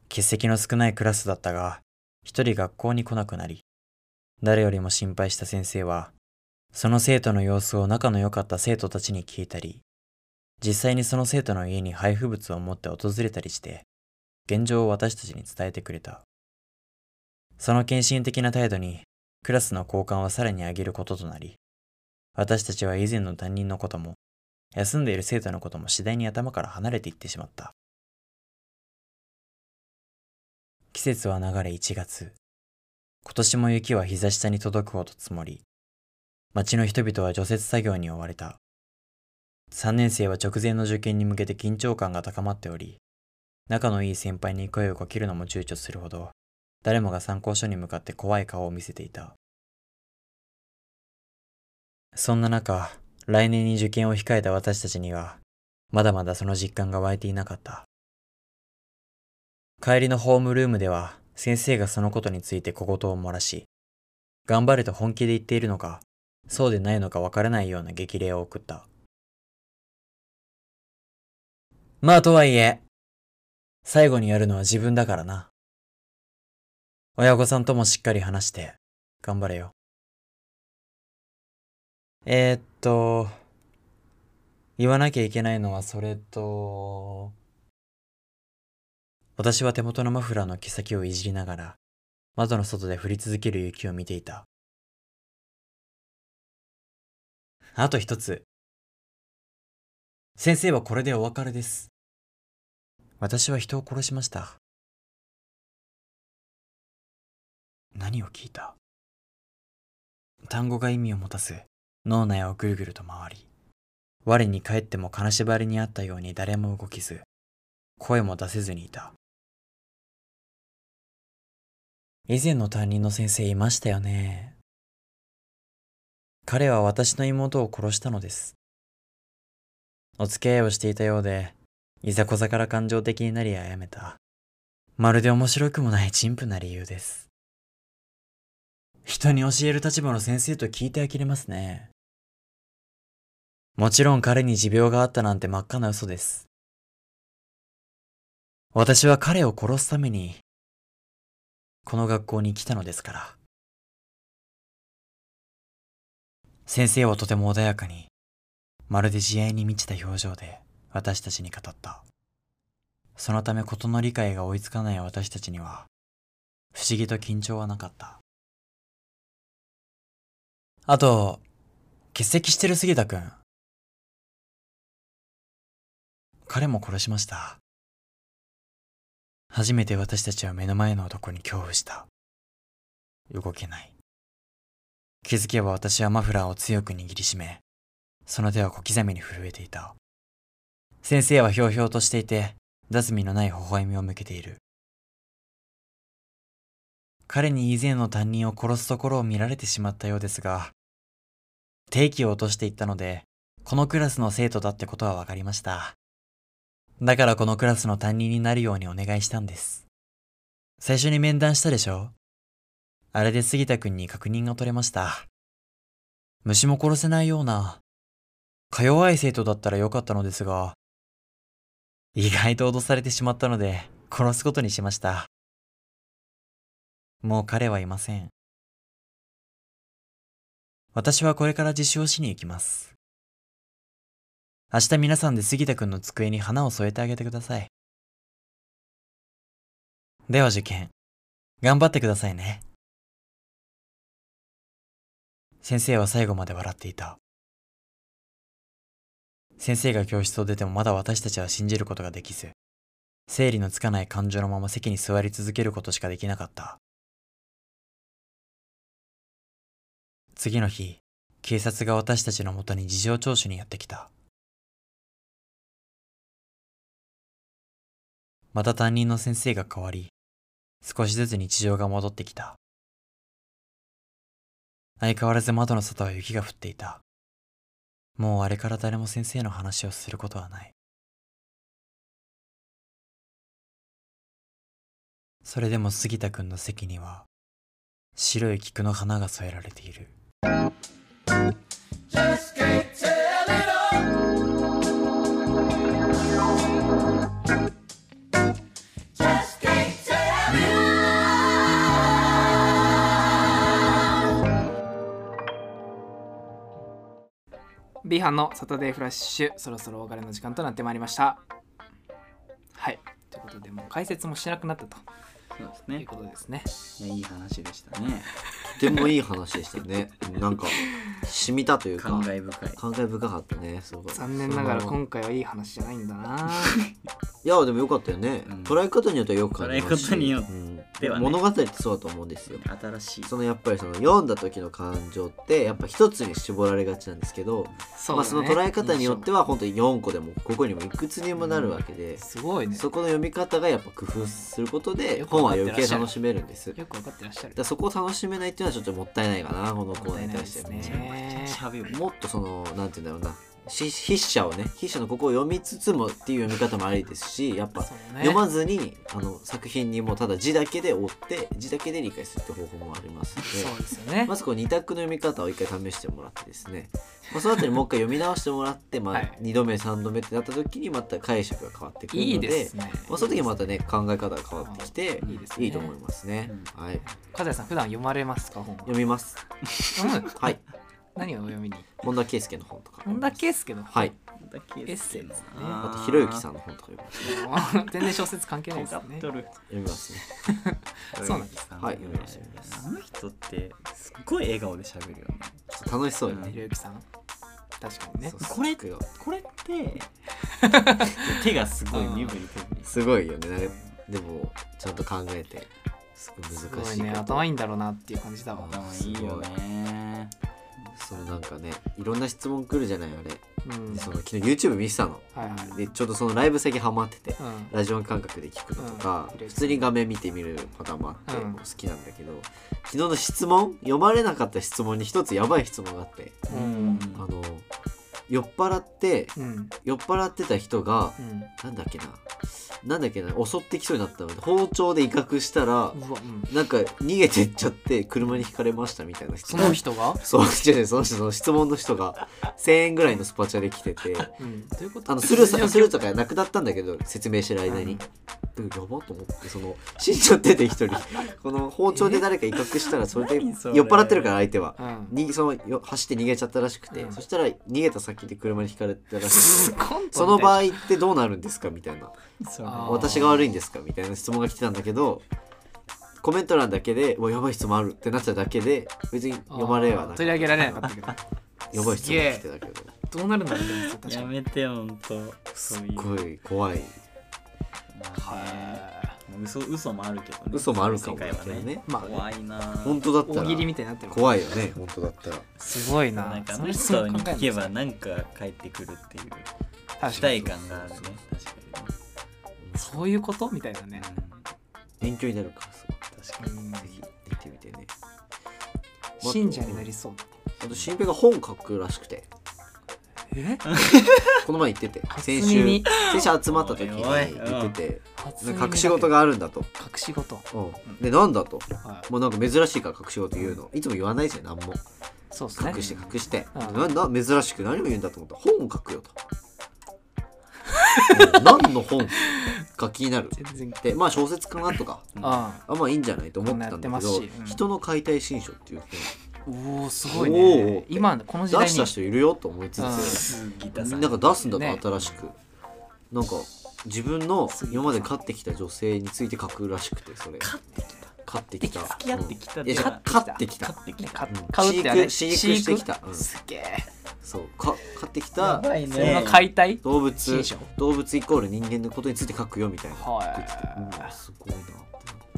Speaker 5: 欠席の少ないクラスだったが、一人学校に来なくなり、誰よりも心配した先生は、その生徒の様子を仲の良かった生徒たちに聞いたり、実際にその生徒の家に配布物を持って訪れたりして、現状を私たちに伝えてくれた。その献身的な態度に、クラスの交換はさらに上げることとなり、私たちは以前の担任のことも、休んでいる生徒のことも次第に頭から離れていってしまった。季節は流れ1月。今年も雪は膝下に届くほど積もり、町の人々は除雪作業に追われた。3年生は直前の受験に向けて緊張感が高まっており、仲のいい先輩に声をかけるのも躊躇するほど、誰もが参考書に向かって怖い顔を見せていた。そんな中、来年に受験を控えた私たちには、まだまだその実感が湧いていなかった。帰りのホームルームでは、先生がそのことについて小言を漏らし、頑張れと本気で言っているのか、そうでないのか分からないような激励を送った。まあとはいえ、最後にやるのは自分だからな。親御さんともしっかり話して、頑張れよ。えー、っと、言わなきゃいけないのはそれと、私は手元のマフラーの毛先をいじりながら、窓の外で降り続ける雪を見ていた。あと一つ。先生はこれでお別れです。私は人を殺しました。何を聞いた単語が意味を持たず、脳内をぐるぐると回り、我に帰っても金縛りにあったように誰も動きず、声も出せずにいた。以前の担任の先生いましたよね。彼は私の妹を殺したのです。お付き合いをしていたようで、いざこざから感情的になりあやめた。まるで面白くもない陳腐な理由です。人に教える立場の先生と聞いて呆れますね。もちろん彼に持病があったなんて真っ赤な嘘です。私は彼を殺すために、この学校に来たのですから。先生はとても穏やかに、まるで慈愛に満ちた表情で私たちに語った。そのため事の理解が追いつかない私たちには、不思議と緊張はなかった。あと、欠席してる杉田くん。彼も殺しました。初めて私たちは目の前の男に恐怖した。動けない。気づけば私はマフラーを強く握りしめ、その手は小刻みに震えていた。先生はひょうひょうとしていて、脱味のない微笑みを向けている。彼に以前の担任を殺すところを見られてしまったようですが、定期を落としていったので、このクラスの生徒だってことは分かりました。だからこのクラスの担任になるようにお願いしたんです。最初に面談したでしょあれで杉田くんに確認が取れました。虫も殺せないような、か弱い生徒だったらよかったのですが、意外と脅されてしまったので、殺すことにしました。もう彼はいません。私はこれから自習をしに行きます。明日皆さんで杉田くんの机に花を添えてあげてください。では受験、頑張ってくださいね。先生は最後まで笑っていた。先生が教室を出てもまだ私たちは信じることができず、整理のつかない感情のまま席に座り続けることしかできなかった。次の日、警察が私たちのもとに事情聴取にやってきた。また担任の先生が変わり、少しずつ日常が戻ってきた。相変わらず窓の外は雪が降っていた。もうあれから誰も先生の話をすることはない。それでも杉田くんの席には、白い菊の花が添えられている。
Speaker 1: B 班のサタデーフラッシュそろそろお別れの時間となってまいりましたはいということでもう解説もしなくなったと
Speaker 3: そうです
Speaker 1: いう
Speaker 3: ね
Speaker 1: ことですね
Speaker 3: いやいい話でしたね
Speaker 2: とてもいい話でしたねなんか染みたというか
Speaker 3: 感慨深い
Speaker 2: 感慨深かったねすごい
Speaker 1: 残念ながら
Speaker 2: その
Speaker 1: 今回はいい話じゃないんだない
Speaker 2: やでもよかったよね、
Speaker 3: うん
Speaker 2: 捉え方によってはよく感じますし
Speaker 3: 捉え方によっ
Speaker 2: うん
Speaker 3: てはね
Speaker 2: 物語ってそうだと思うんですよ
Speaker 3: 新しい
Speaker 2: そのやっぱりその読んだ時の感情ってやっぱ一つに絞られがちなんですけど、
Speaker 1: そう
Speaker 2: まあ
Speaker 1: だ
Speaker 2: その
Speaker 1: ね
Speaker 2: 捉え方によっては本当に4個でも5個にもいくつにもなるわけで、
Speaker 1: すごいね
Speaker 2: そこの読み方がやっぱ工夫することで
Speaker 1: よく
Speaker 2: 本は
Speaker 1: わかって
Speaker 2: 余
Speaker 1: らっ
Speaker 2: 計
Speaker 1: しゃる
Speaker 2: 楽しめるんですだか
Speaker 1: よくわかってらっしゃる
Speaker 2: らそこを楽しめないっていうのはちょっともったいないかなこのコー
Speaker 1: もっ
Speaker 2: ナ
Speaker 1: たいない
Speaker 2: ーに対
Speaker 1: で
Speaker 2: し
Speaker 1: す
Speaker 2: ても、
Speaker 1: ね
Speaker 3: 喋る
Speaker 2: もっとそのなんて言うんだろうなし筆者をね筆者のここを読みつつもっていう読み方もありですしやっぱ
Speaker 1: そうね
Speaker 2: 読まずにあの作品にもうただ字だけで追って字だけで理解するって方法もありますので
Speaker 1: そうですよね
Speaker 2: まずこう2択の読み方を1回試してもらってですね、まあ、その後にもう一回読み直してもらって、ま
Speaker 1: は
Speaker 2: あ、
Speaker 1: い
Speaker 2: 2度目3度目ってなった時にまた解釈が変わってくるので
Speaker 1: いいですね
Speaker 2: まあ、その時またね考え方が変わってきて
Speaker 1: いいですね
Speaker 2: いいと思いますね、はい
Speaker 1: 和也さん普段読まれますか本は
Speaker 2: 読みます
Speaker 1: 読む
Speaker 2: はい
Speaker 1: 何をお読みに
Speaker 2: 本田圭佑の本とか
Speaker 1: 本田圭佑の
Speaker 2: はい
Speaker 1: エッセイですね
Speaker 2: あとひろゆきさんの本とか読みます
Speaker 1: 本 全然小説関係ないです
Speaker 3: 尖
Speaker 1: よ
Speaker 3: っ
Speaker 1: ね
Speaker 3: とる
Speaker 2: 読みますね
Speaker 1: そうなんです
Speaker 2: はい読みます読みます
Speaker 3: あの人ってすっごい笑顔で喋るよね
Speaker 2: ちょっと楽しそうよ
Speaker 1: ひろ
Speaker 2: ね、
Speaker 1: ゆきさん確かにね
Speaker 2: そう
Speaker 3: これ
Speaker 2: すごい
Speaker 3: これって 手がすごい身振り手振り
Speaker 2: すごいよねなんかでもちゃんと考えてすご
Speaker 1: す
Speaker 2: い難
Speaker 1: ご
Speaker 2: し
Speaker 1: い
Speaker 2: い
Speaker 1: ね
Speaker 2: こと
Speaker 1: 頭いいんだろうなっていう感じだわ
Speaker 3: 頭いいよね
Speaker 2: そのなんかねいろんな質問来るじゃないあれ
Speaker 1: うん
Speaker 2: でその昨日 YouTube 見てたの、
Speaker 1: はいはい
Speaker 2: でちょうどそのライブ先ハマってて、
Speaker 1: うん
Speaker 2: ラジオ感覚で聞くのとか、
Speaker 1: うん
Speaker 2: 普通に画面見てみるパターンもあって、
Speaker 1: うん
Speaker 2: 好きなんだけど昨日の質問読まれなかった質問に一つやばい質問があって、
Speaker 1: うん
Speaker 2: あの酔っ払って
Speaker 1: うん
Speaker 2: 酔っ払ってた人が
Speaker 1: うん
Speaker 2: なんだっけななんだっけな襲ってきそうになったので包丁で威嚇したら
Speaker 1: うわうん
Speaker 2: なんか逃げてっちゃって車にひかれましたみたいな質
Speaker 1: そ
Speaker 2: 問
Speaker 1: の人が
Speaker 2: そう違う違うその人その質問の人が1,000円ぐらいのスパチャで来てて。
Speaker 1: うんどういうこと
Speaker 2: あのスル ー
Speaker 1: どうい
Speaker 2: さ
Speaker 1: う
Speaker 2: ス
Speaker 1: 状
Speaker 2: ル
Speaker 1: 況
Speaker 2: ーとかなくなったんだけど説明してる間に。でもやばと思ってその 死んじゃってて一人この包丁で誰か威嚇したらそれで酔
Speaker 3: 何それ
Speaker 2: っ払ってるから相手は
Speaker 1: うん
Speaker 2: にそのよ走って逃げちゃったらしくて、
Speaker 1: うん
Speaker 2: そしたら逃げた先で車にひかれたらし くて
Speaker 1: コント
Speaker 2: その場
Speaker 1: み
Speaker 2: 合ってどうなるんですかみたいな
Speaker 3: そ
Speaker 1: あー
Speaker 2: 私が悪いんですかみたいな質問が来てたんだけどコメント欄だけで「うわやばい質問ある」ってなっただけで別に
Speaker 1: たいな
Speaker 2: 読まれはな
Speaker 1: あー
Speaker 2: く
Speaker 1: 取り上げられなかったけ
Speaker 2: やばい質問来てたけど
Speaker 1: どどうなるんだろうでも確か
Speaker 3: や
Speaker 1: に
Speaker 3: めてよほんとそうい
Speaker 2: す
Speaker 3: う
Speaker 2: ごい怖い
Speaker 3: まあね嘘嘘もあるけどね
Speaker 2: 嘘もあるかも
Speaker 3: 世界はね
Speaker 1: まあね
Speaker 3: 怖いな
Speaker 2: 本当だったら
Speaker 1: 大喜利みたいになってる
Speaker 2: 怖いよね本当だったら
Speaker 1: すごい
Speaker 3: な
Speaker 1: なん
Speaker 3: かあ
Speaker 1: そ
Speaker 3: の
Speaker 1: れ
Speaker 3: 人
Speaker 1: す
Speaker 3: に聞け
Speaker 1: ごい考える
Speaker 3: ば
Speaker 1: んで
Speaker 3: なんか帰ってくるっていう
Speaker 1: す
Speaker 3: 期
Speaker 1: 確かに
Speaker 3: 待感があるね確かにね
Speaker 1: そういうことみたいなね
Speaker 2: 勉強になるからすごい
Speaker 3: 確
Speaker 1: う
Speaker 3: かに
Speaker 1: ん
Speaker 2: ぜひ出てみてね
Speaker 1: 信者になりそう
Speaker 2: あと新平が本書くらしくて
Speaker 1: え
Speaker 2: この前言ってて
Speaker 1: 初
Speaker 2: 先週
Speaker 1: 耳
Speaker 2: 先週集まった時に
Speaker 3: おいおい
Speaker 2: 言って
Speaker 1: 初
Speaker 2: て
Speaker 1: 耳
Speaker 2: な
Speaker 1: だけど
Speaker 2: んか隠し事があるんだと、
Speaker 1: 隠し事
Speaker 2: うん、でなんだと
Speaker 1: はい
Speaker 2: もうなんか珍しいから隠し事言うのいつも言わないじゃん何も
Speaker 1: そうですね
Speaker 2: 隠して隠して、
Speaker 1: うん
Speaker 2: なんだ珍しく何を言うんだと思ったら本を書くよとうん何の本か気になる
Speaker 1: 全然
Speaker 2: でまあ小説かなとか
Speaker 1: あ
Speaker 2: あまあいいんじゃないと思ってたんだ
Speaker 1: こんなやっ
Speaker 2: けど
Speaker 1: てますしうん
Speaker 2: 人の解体新書っていう本
Speaker 1: あおおすごい
Speaker 2: お
Speaker 1: ね
Speaker 2: ー
Speaker 1: 今この時代
Speaker 2: 出
Speaker 1: に
Speaker 2: した人いるよと思いつつ、
Speaker 3: 杉田
Speaker 2: み
Speaker 3: さ
Speaker 2: ん
Speaker 3: ん
Speaker 2: なが出すんだと、
Speaker 1: ね
Speaker 2: 新しくなんか自分の今まで飼ってきた女性について書くらしくてそれ
Speaker 3: 勝ってきた
Speaker 2: 飼ってきた
Speaker 3: 付き合ってきた
Speaker 2: うんいや
Speaker 3: 勝ってき
Speaker 2: 飼
Speaker 3: た
Speaker 2: ってきた
Speaker 3: 勝ってき
Speaker 1: か
Speaker 3: た
Speaker 2: うん
Speaker 1: 買うってあれ
Speaker 2: 飼育飼育してきたうん
Speaker 1: すげえ
Speaker 2: そうか飼ってきた
Speaker 3: い
Speaker 1: それの解体
Speaker 2: 動
Speaker 1: 新
Speaker 2: 物
Speaker 1: 書
Speaker 2: 動物イコール人間のことについて書くよみたいな
Speaker 1: は
Speaker 2: うんすごいな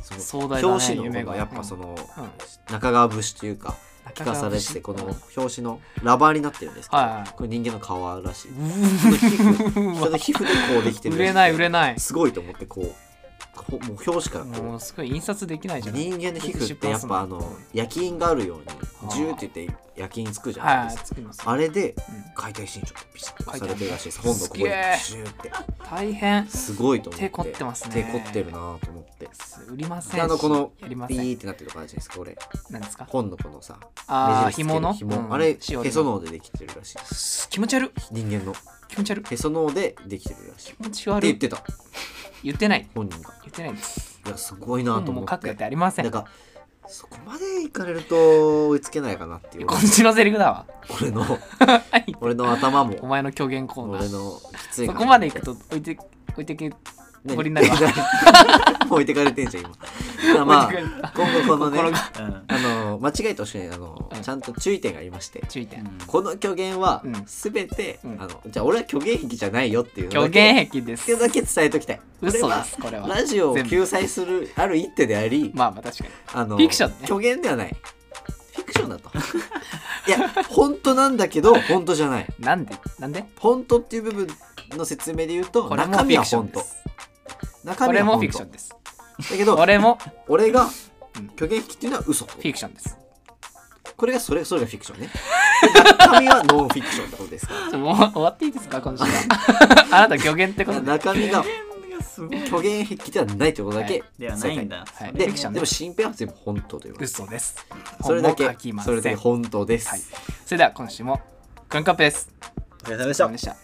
Speaker 2: その
Speaker 1: 壮大だね
Speaker 2: 表紙の
Speaker 1: 夢
Speaker 2: 方
Speaker 1: が
Speaker 2: がやっぱその、
Speaker 1: うんうん
Speaker 2: 中川節というか
Speaker 1: い
Speaker 2: 聞かされててこの表紙のラバーになってるんですけど、
Speaker 1: はいはい
Speaker 2: これ人間の皮 らしい、
Speaker 1: う
Speaker 2: その皮膚その皮膚でこうできてる
Speaker 1: 売れない売れない
Speaker 2: すごいと思ってこうほ目標しか
Speaker 1: もうすごい印刷できないじゃない
Speaker 2: 人間の皮膚ってやっぱあの夜勤があるよう
Speaker 1: あ
Speaker 2: にジューって言って夜勤つくじゃない
Speaker 1: は
Speaker 2: で
Speaker 1: い
Speaker 2: すか
Speaker 1: 作ります
Speaker 2: あれで
Speaker 1: ん
Speaker 2: 解体新書ってピシッと
Speaker 1: 書い
Speaker 2: さ
Speaker 1: てある
Speaker 2: れてるらしいです本のここに
Speaker 1: すげえ
Speaker 2: ジューって
Speaker 1: 大変
Speaker 2: すごいと思って
Speaker 1: 手凝ってますね
Speaker 2: 手凝ってるなと思って
Speaker 1: 売りません
Speaker 2: であのこの
Speaker 1: やりませ
Speaker 2: ピ
Speaker 1: ん
Speaker 2: ーってなってるとこあるじゃないですかこれ
Speaker 1: なんですか
Speaker 2: 本のこのさ
Speaker 1: ああ
Speaker 2: 目印つける
Speaker 1: 紐の
Speaker 2: 紐
Speaker 1: うん
Speaker 2: あれへ
Speaker 1: しおりの
Speaker 2: その緒でできてるらしいです
Speaker 1: す気持ち悪い
Speaker 2: 人間の
Speaker 1: 気持ち悪い
Speaker 2: へその緒でできてるらしいって
Speaker 1: 気持ち悪
Speaker 2: 言っ
Speaker 1: い
Speaker 2: てた
Speaker 1: 言ってない
Speaker 2: 本人が
Speaker 1: 言ってないです
Speaker 2: いやすごいなと
Speaker 1: も
Speaker 2: 思
Speaker 1: う
Speaker 2: っ
Speaker 1: 書
Speaker 2: て
Speaker 1: くってありません
Speaker 2: なん
Speaker 1: こ
Speaker 2: かそこまでいかれると追いつけないかなっていう
Speaker 1: っちのセリフだわ
Speaker 2: 俺 の俺の頭
Speaker 1: お
Speaker 2: も
Speaker 1: 前の狂言コーナ
Speaker 2: 俺
Speaker 1: ー
Speaker 2: のきつい
Speaker 1: そこまで行くと置いて置いてけ
Speaker 2: 何
Speaker 1: これになるわ
Speaker 2: 置いてかれてんじゃん今だからまあ
Speaker 1: 置いて
Speaker 2: 今後このね
Speaker 1: 心が
Speaker 3: うん
Speaker 2: あの間違えてほしくないあの、
Speaker 1: うん
Speaker 2: ちゃんと注意点がありまして
Speaker 1: 注意点
Speaker 2: この虚言は
Speaker 1: うん
Speaker 2: 全て、
Speaker 1: うん
Speaker 2: あのじゃあ俺は虚言癖じゃないよっていうのだ
Speaker 1: 狂
Speaker 2: け
Speaker 1: 言癖で
Speaker 2: っ
Speaker 1: す
Speaker 2: ていうだけ伝えときたい
Speaker 1: 嘘
Speaker 2: これ
Speaker 1: で
Speaker 2: は
Speaker 1: すこれは
Speaker 2: ラジオを
Speaker 1: 全部
Speaker 2: 救済するある一手であり、
Speaker 1: まあまあ確かに
Speaker 2: あの
Speaker 1: フィクションね
Speaker 2: 虚言ではないフィクションだといや本当なんだけど本当じゃない
Speaker 1: なんでなんで
Speaker 2: 本当っていう部分の説明で言うと
Speaker 1: これも
Speaker 2: 中
Speaker 1: フ
Speaker 2: 身
Speaker 1: ィ
Speaker 2: は
Speaker 1: クション
Speaker 2: 本
Speaker 1: で
Speaker 2: 当
Speaker 1: す
Speaker 2: 中
Speaker 1: こ
Speaker 2: 身
Speaker 1: れ
Speaker 2: は
Speaker 1: も
Speaker 2: 本
Speaker 1: フ
Speaker 2: 当
Speaker 1: ィクションです
Speaker 2: だけど
Speaker 1: 俺もフ
Speaker 2: 俺
Speaker 1: う
Speaker 2: が
Speaker 1: ん
Speaker 2: 虚言癖っていうのは嘘
Speaker 1: ィクションです
Speaker 2: これがそれそれがフィクションね中身はノンフィクションってことですか
Speaker 1: ちょもう終わっていいですか今週は あなた虚言 ってこ
Speaker 2: ら
Speaker 1: とで
Speaker 2: 中身が
Speaker 3: すごい
Speaker 2: 虚言癖ではないってことだけ
Speaker 3: ではないんだ
Speaker 1: はい
Speaker 2: で
Speaker 1: フィクション
Speaker 2: でも新編は全部本当という
Speaker 1: 嘘です
Speaker 2: それだ
Speaker 1: 本
Speaker 2: け
Speaker 1: も書きま
Speaker 2: それだ
Speaker 1: せ
Speaker 2: け
Speaker 1: ん
Speaker 2: 本当で
Speaker 1: はい
Speaker 2: す
Speaker 1: それでは今週もクランクアップです
Speaker 3: お疲れ様でし
Speaker 1: お疲れ様でした